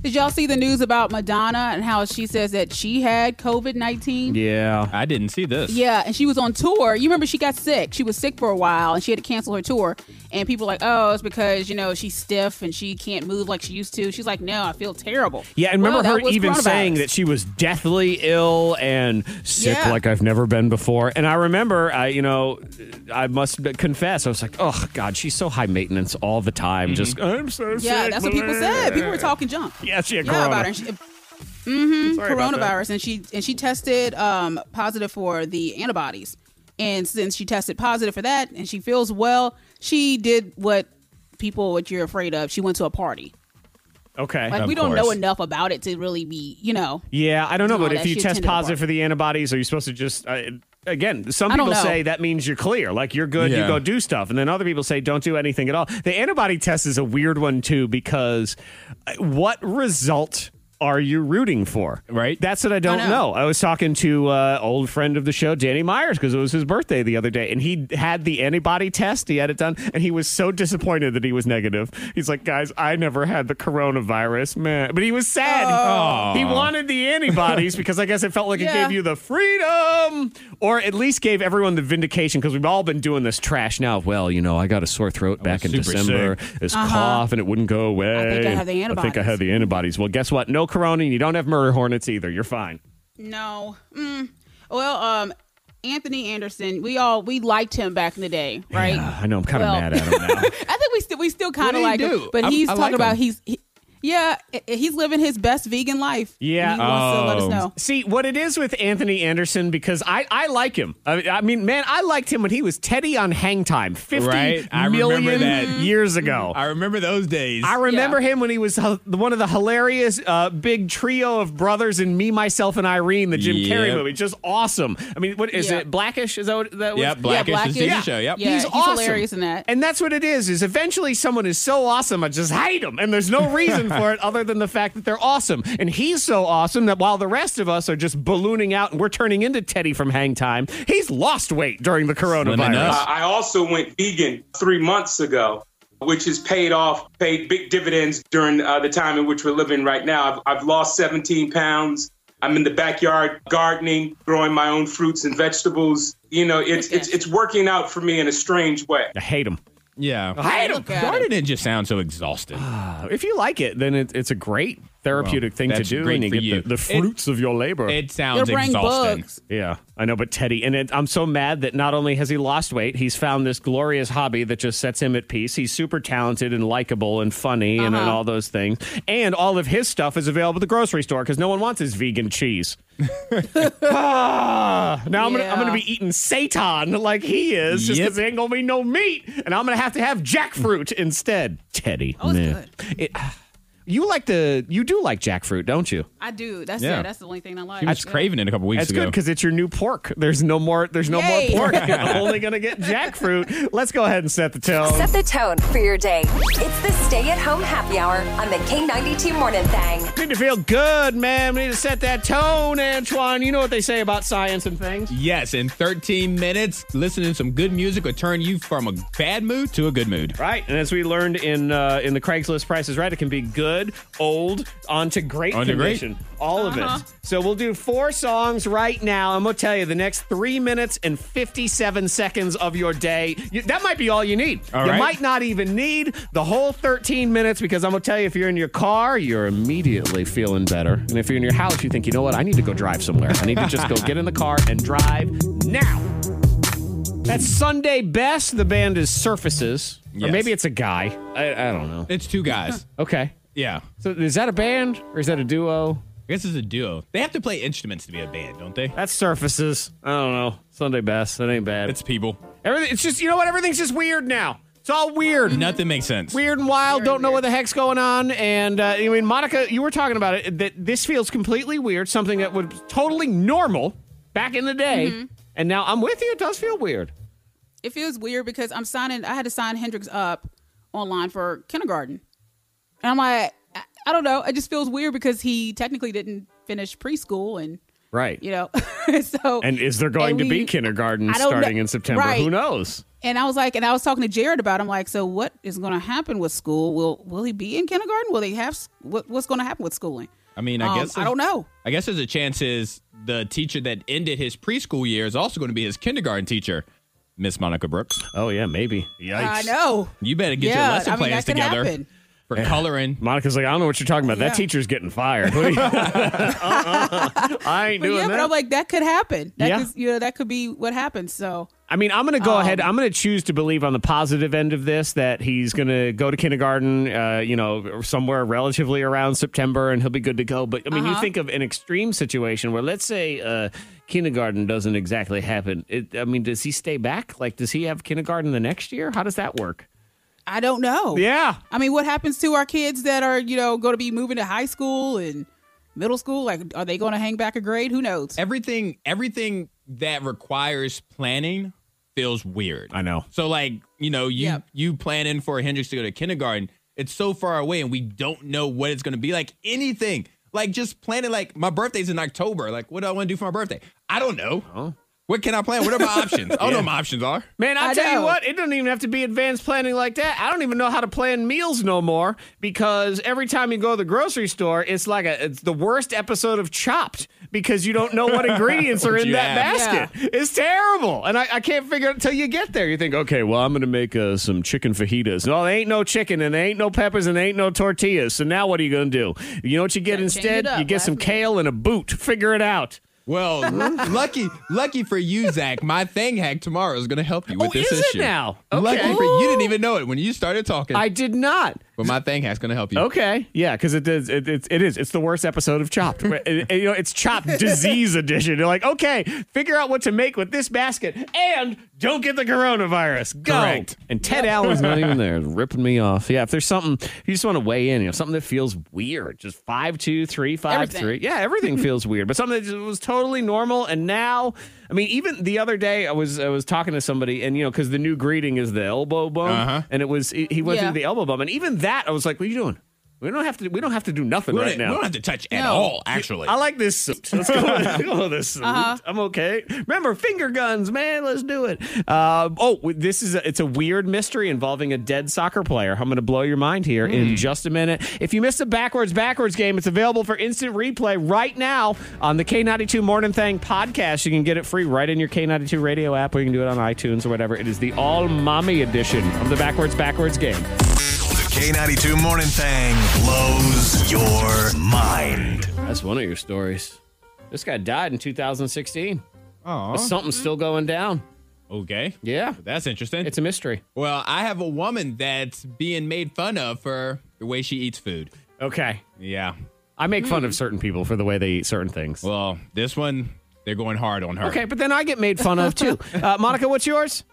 [SPEAKER 7] Did y'all see the news about Madonna and how she says that she had COVID 19?
[SPEAKER 1] Yeah.
[SPEAKER 6] I didn't see this.
[SPEAKER 7] Yeah, and she was on tour. You remember she got sick. She was sick for a while and she had to cancel her tour. And people were like, oh, it's because, you know, she's stiff and she can't move like she used to. She's like, no, I feel terrible.
[SPEAKER 1] Yeah, and remember
[SPEAKER 7] Well, that
[SPEAKER 1] her
[SPEAKER 7] was
[SPEAKER 1] even
[SPEAKER 7] coronavirus.
[SPEAKER 1] saying that she was deathly ill and sick
[SPEAKER 7] Yeah.
[SPEAKER 1] like I've never been before. And I remember, I you know, I must confess, I was like, oh God, she's so high maintenance all the time. Just I'm so sick.
[SPEAKER 7] Yeah, that's what people said. People were talking junk.
[SPEAKER 1] Yeah, she had
[SPEAKER 7] yeah,
[SPEAKER 1] corona.
[SPEAKER 7] about her. mm-hmm,
[SPEAKER 1] Sorry about that.
[SPEAKER 7] coronavirus, and she and she tested um, positive for the antibodies, and since she tested positive for that, and she feels well, she did what people what you're afraid of. She went to a party.
[SPEAKER 1] Okay.
[SPEAKER 7] Like we don't know enough about it to really be, you know.
[SPEAKER 1] Yeah, I don't know,
[SPEAKER 7] No,
[SPEAKER 1] but if
[SPEAKER 7] that
[SPEAKER 1] you
[SPEAKER 7] she
[SPEAKER 1] test
[SPEAKER 7] attended a
[SPEAKER 1] positive for the antibodies, are you supposed to just uh, again? Some
[SPEAKER 7] I don't
[SPEAKER 1] people
[SPEAKER 7] know.
[SPEAKER 1] say that means you're clear, like you're good, you
[SPEAKER 6] Yeah.
[SPEAKER 1] go do stuff, and then other people say don't do anything at all. The antibody test is a weird one too because uh, what result? Are you rooting for?
[SPEAKER 6] Right.
[SPEAKER 1] That's what I don't
[SPEAKER 7] know.
[SPEAKER 1] know. I was talking to uh, old friend of the show, Danny Myers, because it was his birthday the other day, and he had the antibody test. He had it done, and he was so disappointed that he was negative. He's like, "Guys, I never had the coronavirus, man," but he was sad. He wanted the antibodies because I guess it felt like it
[SPEAKER 7] Oh. Yeah.
[SPEAKER 1] gave you the freedom, or at least gave everyone the vindication because we've all been doing this trash now. Well, you know, I got a sore throat back in
[SPEAKER 6] was super
[SPEAKER 1] December, this
[SPEAKER 7] Uh-huh.
[SPEAKER 1] cough, and it wouldn't go away.
[SPEAKER 7] think I have the
[SPEAKER 1] I think I had the antibodies. Well, guess what? No corona, and you don't have murder hornets either. You're fine.
[SPEAKER 7] No. Mm. Well, um, Anthony Anderson, we all we liked him back in the day, right?
[SPEAKER 1] I know. I'm kind of
[SPEAKER 7] Well-
[SPEAKER 1] mad at him now.
[SPEAKER 7] I think we still we still kind
[SPEAKER 6] did
[SPEAKER 7] of
[SPEAKER 6] he
[SPEAKER 7] like
[SPEAKER 6] do?
[SPEAKER 7] him, but
[SPEAKER 6] I-
[SPEAKER 7] he's
[SPEAKER 6] I like
[SPEAKER 7] talking about
[SPEAKER 6] him.
[SPEAKER 7] he's he, yeah, i- he's living his best vegan life.
[SPEAKER 1] Yeah. um,
[SPEAKER 7] and he wants
[SPEAKER 6] um,
[SPEAKER 7] to let us know.
[SPEAKER 1] See what it is with Anthony Anderson because I, I like him. I, I mean, man, I liked him when he was Teddy on Hang Time, fifty
[SPEAKER 6] Right? I remember
[SPEAKER 1] million Mm-hmm.
[SPEAKER 6] that. Mm-hmm.
[SPEAKER 1] years ago.
[SPEAKER 6] I remember those days.
[SPEAKER 1] I remember him when he was h- one of the hilarious uh, big trio of brothers in Me, Myself, and Irene, the Jim Carrey
[SPEAKER 6] Yep.
[SPEAKER 1] movie. Just awesome. I mean, what is
[SPEAKER 7] Yeah.
[SPEAKER 1] it? Blackish? Is that what that was?
[SPEAKER 6] Yep, Blackish is a TV
[SPEAKER 1] Yeah.
[SPEAKER 6] show. Yep.
[SPEAKER 7] Yeah,
[SPEAKER 1] he's,
[SPEAKER 7] he's
[SPEAKER 1] awesome.
[SPEAKER 7] hilarious in that.
[SPEAKER 1] And that's what it is, is eventually someone is so awesome, I just hate them. And there's no reason for it other than the fact that they're awesome. And he's so awesome that while the rest of us are just ballooning out and we're turning into Teddy from Hang Time, he's lost weight during the
[SPEAKER 6] Slimming
[SPEAKER 1] coronavirus.
[SPEAKER 6] up.
[SPEAKER 12] I also went vegan three months ago, which has paid off, paid big dividends during uh, the time in which we're living right now. I've, I've lost 17 pounds. I'm in the backyard gardening, growing my own fruits and vegetables. You know, it's it's it's working out for me in a strange way.
[SPEAKER 1] I hate him.
[SPEAKER 6] Yeah. Ah.
[SPEAKER 1] I hate him.
[SPEAKER 7] at
[SPEAKER 6] Gardening just sounds so exhausting.
[SPEAKER 1] Uh, If you like it, then it, it's a great therapeutic
[SPEAKER 6] Well,
[SPEAKER 1] thing to
[SPEAKER 6] that's
[SPEAKER 1] do,
[SPEAKER 6] great
[SPEAKER 1] and you
[SPEAKER 6] for
[SPEAKER 1] get
[SPEAKER 6] you.
[SPEAKER 1] The, the
[SPEAKER 6] It-
[SPEAKER 1] fruits of your labor.
[SPEAKER 6] It
[SPEAKER 7] He'll
[SPEAKER 6] sounds
[SPEAKER 7] bring
[SPEAKER 6] exhausting.
[SPEAKER 7] bugs.
[SPEAKER 1] yeah, I know, but Teddy, and it, I'm so mad that not only has he lost weight, he's found this glorious hobby that just sets him at peace. He's super talented and likable and funny and,
[SPEAKER 7] Uh-huh.
[SPEAKER 1] and all those things. And all of his stuff is available at the grocery store because no one wants his vegan cheese. Ah, now I'm gonna I'm gonna
[SPEAKER 7] Yeah.
[SPEAKER 1] be eating seitan like he is, just
[SPEAKER 6] Yep.
[SPEAKER 1] because there ain't gonna be no meat, and I'm gonna have to have jackfruit instead. Teddy,
[SPEAKER 7] Oh, it's
[SPEAKER 1] meh.
[SPEAKER 7] good.
[SPEAKER 1] It- you like the you do like jackfruit, don't you?
[SPEAKER 7] I do. That's
[SPEAKER 6] Yeah.
[SPEAKER 7] it. That's the only thing I like.
[SPEAKER 6] He was
[SPEAKER 7] Yeah.
[SPEAKER 6] craving it a couple weeks
[SPEAKER 1] That's
[SPEAKER 6] ago.
[SPEAKER 1] good because it's your new pork. There's no more. There's no
[SPEAKER 7] Yay.
[SPEAKER 1] more pork. You're only gonna get jackfruit. Let's go ahead and set the tone.
[SPEAKER 2] Set the tone for your day. It's the stay at home happy hour on the K92 Morning Thing.
[SPEAKER 1] Need to feel good, man. We need to set that tone, Antoine. You know what they say about science and things.
[SPEAKER 6] Yes, in 13 minutes, listening to some good music will turn you from a bad mood to a good mood.
[SPEAKER 1] Right, and as we learned in uh, in the Craigslist prices, right, it can be good, old, onto great
[SPEAKER 6] Onto great.
[SPEAKER 1] condition, all of it. So we'll do four songs right now. I'm gonna tell you the next three minutes and 57 seconds of your day. You, that might be all you need.
[SPEAKER 6] All
[SPEAKER 1] you
[SPEAKER 6] right.
[SPEAKER 1] might not even need the whole 13 minutes because I'm gonna tell you if you're in your car, you're immediately feeling better, and if you're in your house, you think, you know what, I need to go drive somewhere. I need to just go get in the car and drive now. That's Sunday Best. The band is Surfaces. Or
[SPEAKER 6] Yes.
[SPEAKER 1] maybe it's a guy. I, I don't know.
[SPEAKER 6] It's two guys.
[SPEAKER 1] Okay.
[SPEAKER 6] yeah.
[SPEAKER 1] So is that a band or is that a duo?
[SPEAKER 6] I guess it's a duo. They have to play instruments to be a band, don't they?
[SPEAKER 1] That's Surfaces. I don't know. Sunday Best. That ain't bad.
[SPEAKER 6] It's people.
[SPEAKER 1] Everything, it's just, you know what? Everything's just weird now. It's all weird.
[SPEAKER 6] Nothing makes sense.
[SPEAKER 1] Weird and wild. don't know what the heck's going on. And uh, I mean, Monica, you were talking about it that this feels completely weird. Something that was totally normal back in the day,
[SPEAKER 7] Mm-hmm.
[SPEAKER 1] and now I'm with you. It does feel weird.
[SPEAKER 7] It feels weird because I'm signing. I had to sign Hendrix up online for kindergarten, and I'm like, I, I don't know. It just feels weird because he technically didn't finish preschool, and
[SPEAKER 1] Right.
[SPEAKER 7] you know, so
[SPEAKER 1] And is there going
[SPEAKER 7] and
[SPEAKER 1] to
[SPEAKER 7] we-
[SPEAKER 1] be kindergarten
[SPEAKER 7] I don't know-
[SPEAKER 1] starting in September?
[SPEAKER 7] Right.
[SPEAKER 1] Who knows?
[SPEAKER 7] And I was like, and I was talking to Jared about. It. I'm like, so what is going to happen with school? Will Will he be in kindergarten? Will they have s- what, what's going to happen with schooling?
[SPEAKER 6] I mean, I
[SPEAKER 7] Um,
[SPEAKER 6] guess
[SPEAKER 7] I don't know.
[SPEAKER 6] I guess there's a chance is the teacher that ended his preschool year is also going to be his kindergarten teacher, Miss Monica Brooks.
[SPEAKER 1] Oh yeah, maybe. Yikes.
[SPEAKER 7] Uh, I know.
[SPEAKER 6] You better get
[SPEAKER 7] Yeah,
[SPEAKER 6] your lesson
[SPEAKER 7] I mean,
[SPEAKER 6] plans
[SPEAKER 7] that could
[SPEAKER 6] together
[SPEAKER 7] happen.
[SPEAKER 6] for coloring.
[SPEAKER 1] Monica's like, I don't know what you're talking about. That
[SPEAKER 7] Yeah.
[SPEAKER 1] teacher's getting fired. What are you- Uh-uh. I ain't
[SPEAKER 7] But
[SPEAKER 1] doing
[SPEAKER 7] yeah,
[SPEAKER 1] that.
[SPEAKER 7] but I'm like, that could happen. That
[SPEAKER 1] Yeah.
[SPEAKER 7] could, you know, that could be what happens. So
[SPEAKER 1] I mean, I'm going to go
[SPEAKER 7] Um,
[SPEAKER 1] ahead. I'm going to choose to believe on the positive end of this that he's going to go to kindergarten, uh, you know, somewhere relatively around September and he'll be good to go. But I mean, you
[SPEAKER 7] Uh-huh.
[SPEAKER 1] think of an extreme situation where, let's say, uh, kindergarten doesn't exactly happen. It, I mean, does he stay back? Like, does he have kindergarten the next year? How does that work?
[SPEAKER 7] I don't know.
[SPEAKER 1] Yeah.
[SPEAKER 7] I mean, what happens to our kids that are you know going to be moving to high school and middle school? Like, are they going to hang back a grade? Who knows?
[SPEAKER 6] Everything everything that requires planning feels weird.
[SPEAKER 1] I know.
[SPEAKER 6] So like, you know, you you planning for Hendrix to go to kindergarten, it's so far away and we don't know what it's gonna be like. Anything. Like just planning like my birthday's in October. Like what do I want to do for my birthday? I don't know.
[SPEAKER 1] Oh.
[SPEAKER 6] What can I plan? What are my options? I don't know what my options are.
[SPEAKER 1] Man, I,
[SPEAKER 7] I
[SPEAKER 1] tell you
[SPEAKER 7] know.
[SPEAKER 1] what, it doesn't even have to be advanced planning like that. I don't even know how to plan meals no more because every time you go to the grocery store, it's like a it's the worst episode of Chopped because you don't know what ingredients are
[SPEAKER 6] What
[SPEAKER 1] in
[SPEAKER 6] you
[SPEAKER 1] that
[SPEAKER 6] have.
[SPEAKER 1] basket. It's terrible, and I, I can't figure it until you get there. You think, okay, well, I'm going to make uh, some chicken fajitas. No, there ain't no chicken, and there ain't no peppers, and there ain't no tortillas. So now what are you going to do? You know what you get
[SPEAKER 7] Gotta change
[SPEAKER 1] instead?
[SPEAKER 7] it up
[SPEAKER 1] You get
[SPEAKER 7] last
[SPEAKER 1] some
[SPEAKER 7] minute.
[SPEAKER 1] kale and a boot. Figure it out.
[SPEAKER 6] Well, lucky lucky for you, Zach. My thing hack tomorrow is going to help you with
[SPEAKER 1] Oh,
[SPEAKER 6] this
[SPEAKER 1] is it
[SPEAKER 6] issue.
[SPEAKER 1] now? Okay.
[SPEAKER 6] Lucky for you, didn't even know it when you started talking.
[SPEAKER 1] I did not.
[SPEAKER 6] but my thing hack's going to help you.
[SPEAKER 1] Okay, yeah, because it is. It, it, it is. It's the worst episode of Chopped. Where- it- it- you know, it's Chopped Disease Edition. You're like, okay, figure out what to make with this basket, and don't get the coronavirus. Go.
[SPEAKER 6] Correct.
[SPEAKER 1] And Ted Allen's not even there, ripping me off. Yeah, if there's something if you just want to weigh in, you know, something that feels weird, just five two three five three.
[SPEAKER 7] Everything.
[SPEAKER 1] Yeah, everything feels weird, but something that just was totally normal, and now, I mean, even the other day, I was I was talking to somebody, and you know, because the new greeting is the elbow bump,
[SPEAKER 6] Uh-huh.
[SPEAKER 1] and it was he he went
[SPEAKER 7] Yeah.
[SPEAKER 1] through the elbow bump, and even that, I was like, "What are you doing? We don't have to. We don't have to do nothing
[SPEAKER 6] We don't,
[SPEAKER 1] right
[SPEAKER 6] we
[SPEAKER 1] now."
[SPEAKER 6] don't have to touch at
[SPEAKER 7] No.
[SPEAKER 1] Oh,
[SPEAKER 6] all, actually.
[SPEAKER 1] I like this suit. Let's go, let's go with this suit.
[SPEAKER 7] Uh-huh.
[SPEAKER 1] I'm okay. Remember, finger guns, man. Let's do it. Uh, oh, this is a, it's a weird mystery involving a dead soccer player. I'm going to blow your mind here in just a minute. If you missed the backwards backwards game, it's available for instant replay right now on the K92 Morning Thing podcast. You can get it free right in your K92 radio app, or you can do it on iTunes or whatever. It is the all mommy edition of the backwards backwards game.
[SPEAKER 11] The K92 Morning Thing blows your mind.
[SPEAKER 1] That's one of your stories. This guy died in 2016.
[SPEAKER 6] Aw.
[SPEAKER 1] But something's still going down.
[SPEAKER 6] Okay.
[SPEAKER 1] Yeah.
[SPEAKER 6] That's interesting.
[SPEAKER 1] It's a mystery.
[SPEAKER 6] well, I have a woman that's being made fun of for the way she eats food.
[SPEAKER 1] Okay.
[SPEAKER 6] Yeah.
[SPEAKER 1] I make fun of certain people for the way they eat certain things.
[SPEAKER 6] Well, this one, they're going hard on her.
[SPEAKER 1] okay, but then I get made fun of too. Uh, Monica, what's yours?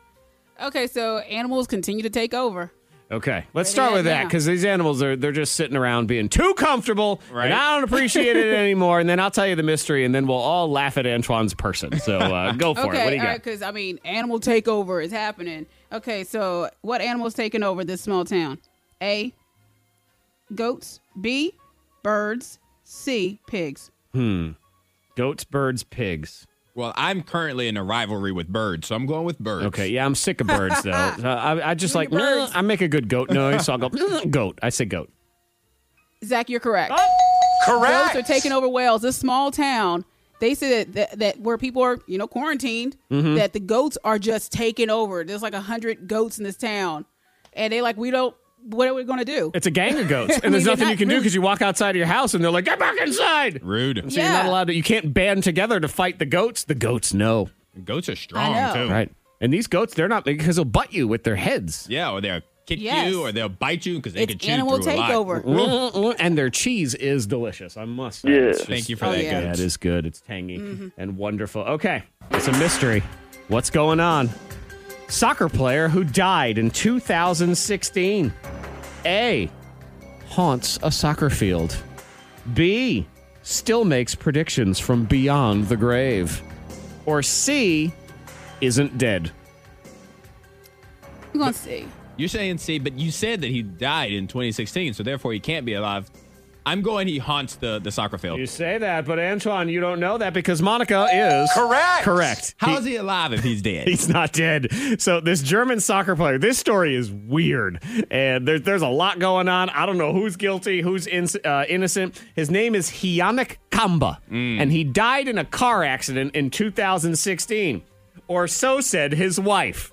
[SPEAKER 7] Okay, so animals continue to take over.
[SPEAKER 1] Okay, let's
[SPEAKER 7] Ready
[SPEAKER 1] start
[SPEAKER 7] right
[SPEAKER 1] with that
[SPEAKER 7] now.
[SPEAKER 1] because these animals are they're just sitting around being too comfortable,
[SPEAKER 6] Right.
[SPEAKER 1] and I don't appreciate it anymore. And then I'll tell you the mystery, and then we'll all laugh at Antoine's person. So uh, go for it. What do
[SPEAKER 7] Okay,
[SPEAKER 1] you
[SPEAKER 7] all
[SPEAKER 1] got?
[SPEAKER 7] right, because I mean, animal takeover is happening. Okay, so what animals taking over this small town? A. Goats. B. Birds. C. Pigs.
[SPEAKER 1] Goats, birds, pigs.
[SPEAKER 6] Well, I'm currently in a rivalry with birds, so I'm going with birds.
[SPEAKER 1] Okay, yeah, I'm sick of birds though. Uh, I, I just like
[SPEAKER 7] your
[SPEAKER 1] "Nah,"
[SPEAKER 7] birds.
[SPEAKER 1] I make a good goat noise, so I'll go goat. I say goat.
[SPEAKER 7] Zach, you're correct. Goats are taking over Wales. This small town. They said that, that, that where people are, you know, quarantined,
[SPEAKER 1] Mm-hmm.
[SPEAKER 7] that the goats are just taking over. There's like a hundred goats in this town, and they like we don't. What are we gonna do?
[SPEAKER 1] It's a gang of goats, and there's
[SPEAKER 7] mean,
[SPEAKER 1] nothing
[SPEAKER 7] that
[SPEAKER 1] you can do
[SPEAKER 7] really-
[SPEAKER 1] because you walk outside of your house and they're like, "Get back inside!"
[SPEAKER 6] Rude.
[SPEAKER 1] So you're not
[SPEAKER 7] Yeah.
[SPEAKER 1] allowed to. You can't band together to fight the goats. The goats know,
[SPEAKER 6] Goats are strong,
[SPEAKER 7] I know.
[SPEAKER 6] too.
[SPEAKER 1] right? And these goats, they're not because they'll butt you with their heads
[SPEAKER 6] Yeah, or they'll kick
[SPEAKER 7] Yes.
[SPEAKER 6] you, or they'll bite you because they could
[SPEAKER 7] it's
[SPEAKER 6] chew
[SPEAKER 7] animal
[SPEAKER 6] through a lot.
[SPEAKER 7] takeover.
[SPEAKER 1] Mm-hmm. and their cheese is delicious. I must. Say. Yeah.
[SPEAKER 6] Thank you for
[SPEAKER 7] Oh,
[SPEAKER 6] that,
[SPEAKER 7] yeah.
[SPEAKER 6] goats.
[SPEAKER 1] That is good. It's tangy and wonderful. Okay, it's a mystery. What's going on? soccer player who died in 2016? A. Haunts a soccer field. B. Still makes predictions from beyond the grave. Or C. Isn't dead.
[SPEAKER 7] We're gonna see.
[SPEAKER 6] You're saying C, but you said that he died in 2016, so therefore he can't be alive. I'm going. He haunts the, the soccer field.
[SPEAKER 1] You say that, but Antoine, you don't know that because Monica is correct. Correct.
[SPEAKER 6] How is he alive if he's dead?
[SPEAKER 1] He's not dead. So this German soccer player. This story is weird, and there's there's a lot going on. I don't know who's guilty, who's in, uh, innocent. His name is Hianek Kamba, and he died in a car accident in 2016, or so said his wife.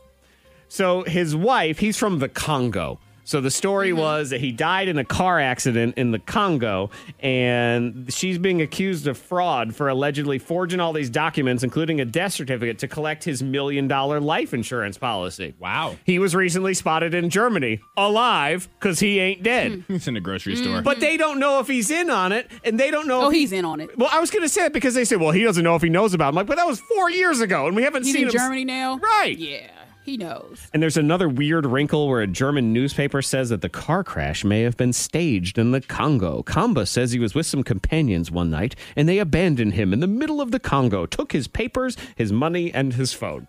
[SPEAKER 1] So his wife, he's from the Congo. So the story
[SPEAKER 7] Mm-hmm.
[SPEAKER 1] was that he died in a car accident in the Congo, and she's being accused of fraud for allegedly forging all these documents, including a death certificate, to collect his million dollar life insurance policy.
[SPEAKER 6] Wow.
[SPEAKER 1] He was recently spotted in Germany, alive, because he ain't
[SPEAKER 7] Hmm.
[SPEAKER 1] dead.
[SPEAKER 6] It's in the grocery store.
[SPEAKER 1] But they don't know if he's in on it, and they don't know.
[SPEAKER 7] Oh,
[SPEAKER 1] if he-
[SPEAKER 7] he's in on it.
[SPEAKER 1] Well, I was going to say it because they said, well, he doesn't know if he knows about. It. I'm like, but that was four years ago, and we haven't
[SPEAKER 7] He's
[SPEAKER 1] seen
[SPEAKER 7] in
[SPEAKER 1] him.
[SPEAKER 7] Germany now.
[SPEAKER 1] Right.
[SPEAKER 7] Yeah, he knows.
[SPEAKER 1] And there's another weird wrinkle where a German newspaper says that the car crash may have been staged in the Congo. Kamba says he was with some companions one night and they abandoned him in the middle of the Congo, took his papers, his money, and his phone.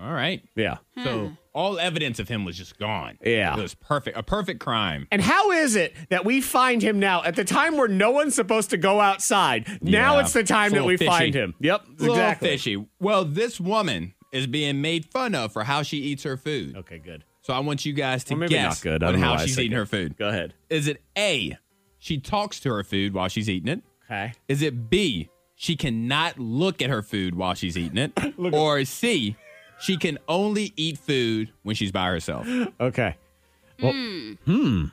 [SPEAKER 6] All right.
[SPEAKER 1] Yeah.
[SPEAKER 7] Hmm.
[SPEAKER 6] So all evidence of him was just gone.
[SPEAKER 1] Yeah.
[SPEAKER 6] It was perfect. A perfect crime.
[SPEAKER 1] And how is it that we find him now at the time where no one's supposed to go outside? Now
[SPEAKER 6] Yeah.
[SPEAKER 1] it's the time
[SPEAKER 6] It's a
[SPEAKER 1] that we
[SPEAKER 6] little fishy.
[SPEAKER 1] find him. Yep,
[SPEAKER 6] Little
[SPEAKER 1] exactly.
[SPEAKER 6] fishy. Well, this woman is being made fun of for how she eats her food.
[SPEAKER 1] Okay, good.
[SPEAKER 6] So I want you guys to
[SPEAKER 1] Well, maybe
[SPEAKER 6] guess
[SPEAKER 1] not good. I
[SPEAKER 6] on
[SPEAKER 1] don't know
[SPEAKER 6] how
[SPEAKER 1] why I
[SPEAKER 6] she's
[SPEAKER 1] said
[SPEAKER 6] eating
[SPEAKER 1] good.
[SPEAKER 6] her food.
[SPEAKER 1] Go ahead.
[SPEAKER 6] Is it A, she talks to her food while she's eating it?
[SPEAKER 1] Okay.
[SPEAKER 6] Is it B, she cannot look at her food while she's eating it? or C, she can only eat food when she's by herself?
[SPEAKER 1] Okay. Well, hmm.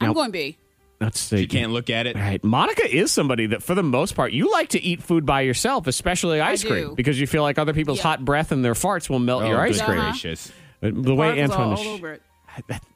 [SPEAKER 7] I'm
[SPEAKER 1] Now-
[SPEAKER 7] going B.
[SPEAKER 1] That's the,
[SPEAKER 6] She can't look at it.
[SPEAKER 1] All right. Monica is somebody that, for the most part, you like to eat food by yourself, especially ice cream,
[SPEAKER 7] do.
[SPEAKER 1] because you feel like other people's hot breath and their farts will melt
[SPEAKER 6] Oh,
[SPEAKER 1] your ice
[SPEAKER 6] good
[SPEAKER 1] cream.
[SPEAKER 6] gracious.
[SPEAKER 1] But The way
[SPEAKER 7] Bart's
[SPEAKER 1] Antoine,
[SPEAKER 7] all,
[SPEAKER 1] is-
[SPEAKER 7] all over it.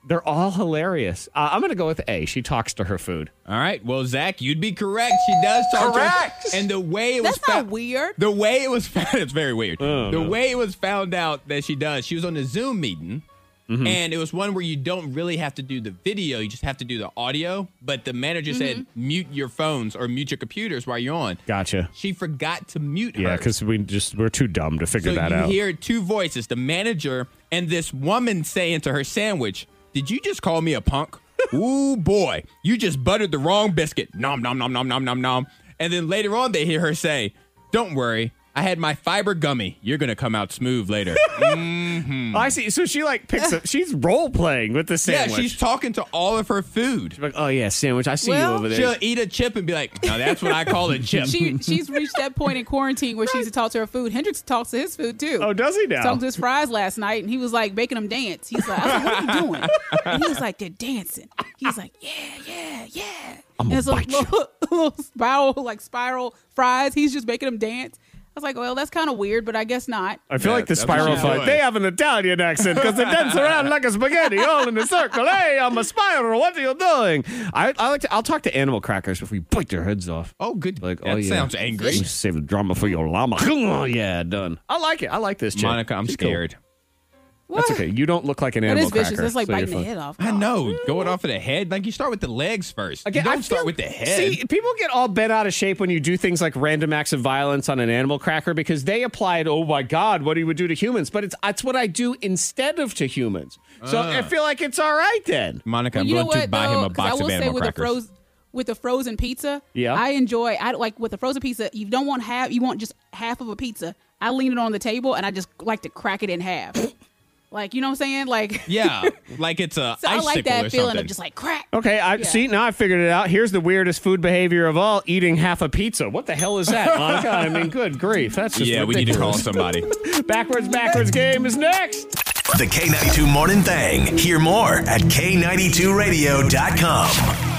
[SPEAKER 1] they're all hilarious. Uh, I'm going to go with A. She talks to her food.
[SPEAKER 6] All right. Well, Zach, you'd be correct. She does talk correct. and the way it was
[SPEAKER 7] That's not
[SPEAKER 6] found,
[SPEAKER 7] weird.
[SPEAKER 6] the way it was found, it's very weird. the
[SPEAKER 1] Oh, no.
[SPEAKER 6] way it was found out that she does, she was on a Zoom meeting,
[SPEAKER 1] Mm-hmm.
[SPEAKER 6] and it was one where you don't really have to do the video; you just have to do the audio. But the manager said,
[SPEAKER 7] Mm-hmm.
[SPEAKER 6] "Mute your phones or mute your computers while you're on."
[SPEAKER 1] Gotcha.
[SPEAKER 6] She forgot to mute
[SPEAKER 1] Yeah,
[SPEAKER 6] hers.
[SPEAKER 1] because we just we're too dumb to figure
[SPEAKER 6] so
[SPEAKER 1] that
[SPEAKER 6] you
[SPEAKER 1] out.
[SPEAKER 6] hear two voices: the manager and this woman saying to her sandwich, "Did you just call me a punk? Ooh boy, you just buttered the wrong biscuit. Nom nom nom nom nom nom nom." And then later on, they hear her say, "Don't worry." I had my fiber gummy. You're gonna come out smooth later. Mm,
[SPEAKER 1] I see. So she like picks up. She's role playing with the
[SPEAKER 6] yeah,
[SPEAKER 1] sandwich.
[SPEAKER 6] she's talking to all of her food.
[SPEAKER 1] like, oh yeah, sandwich. I see
[SPEAKER 7] Well,
[SPEAKER 1] you over there.
[SPEAKER 6] She'll eat a chip and be like, "Now that's what I call a chip."
[SPEAKER 7] She she's reached that point in quarantine where she's to talk to her food. Hendrix talks to his food too.
[SPEAKER 1] oh, does he now?
[SPEAKER 7] Talked to his fries last night, and he was like making them dance. He's like, I was like, "What are you doing?" And he was like, "They're dancing." He's like, "Yeah, yeah, yeah." I'm and it's a little, little spiral, like spiral fries. He's just making them dance. I was like, "Well, that's kind of weird, but I guess not."
[SPEAKER 1] I feel
[SPEAKER 6] Yeah,
[SPEAKER 1] like the
[SPEAKER 6] that's what
[SPEAKER 1] spiral
[SPEAKER 6] she's
[SPEAKER 1] fly.
[SPEAKER 6] doing.
[SPEAKER 1] They have an Italian accent because they dance around like a spaghetti, all in a circle. Hey, I'm a spiral. What are you doing? I, I like to. I'll talk to animal crackers if we bite their heads off.
[SPEAKER 6] oh, good.
[SPEAKER 1] Like,
[SPEAKER 6] that
[SPEAKER 1] oh, yeah.
[SPEAKER 6] sounds angry.
[SPEAKER 1] You Save the drama for your llama. Oh, yeah, done. I like it. I like this. Chick.
[SPEAKER 6] Monica, I'm
[SPEAKER 1] She's cool.
[SPEAKER 6] scared.
[SPEAKER 1] That's okay. You don't look like an
[SPEAKER 7] That
[SPEAKER 1] animal
[SPEAKER 7] is vicious.
[SPEAKER 1] cracker.
[SPEAKER 7] That's like
[SPEAKER 1] so you're
[SPEAKER 7] biting the
[SPEAKER 1] fine.
[SPEAKER 7] head off.
[SPEAKER 6] I know. Going off of the head, like you start with the legs first.
[SPEAKER 1] Again,
[SPEAKER 6] you
[SPEAKER 1] I
[SPEAKER 6] don't start
[SPEAKER 1] feel-
[SPEAKER 6] with the head.
[SPEAKER 1] See, people get all bent out of shape when you do things like random acts of violence on an animal cracker because they apply it. Oh my God, what he would do to humans? But it's that's what I do instead of to humans. So
[SPEAKER 6] Ah.
[SPEAKER 1] I feel like it's all right then.
[SPEAKER 6] Monica,
[SPEAKER 7] But you know
[SPEAKER 6] I'm going to
[SPEAKER 7] what?
[SPEAKER 6] buy
[SPEAKER 7] though?
[SPEAKER 6] him a
[SPEAKER 7] 'Cause
[SPEAKER 6] box
[SPEAKER 7] I will
[SPEAKER 6] of
[SPEAKER 7] say
[SPEAKER 6] animal
[SPEAKER 7] with the
[SPEAKER 6] crackers.
[SPEAKER 7] frozen with the frozen pizza,
[SPEAKER 1] Yeah.
[SPEAKER 7] I enjoy. I like with the frozen pizza. You don't want half. You want just half of a pizza. I lean it on the table and I just like to crack it in half. like you know what I'm saying? Like
[SPEAKER 6] yeah, like it's a
[SPEAKER 7] so I
[SPEAKER 6] icicle
[SPEAKER 7] like that
[SPEAKER 6] or
[SPEAKER 7] feeling
[SPEAKER 6] something.
[SPEAKER 7] of just like crack.
[SPEAKER 1] Okay, I
[SPEAKER 7] Yeah.
[SPEAKER 1] see now I figured it out. Here's the weirdest food behavior of all: eating half a pizza. What the hell is that, Monica? I mean, good grief, that's just
[SPEAKER 6] yeah, we need to call somebody.
[SPEAKER 1] call. backwards, backwards game is next.
[SPEAKER 11] The K92 Morning Thing. Hear more at K92Radio.com.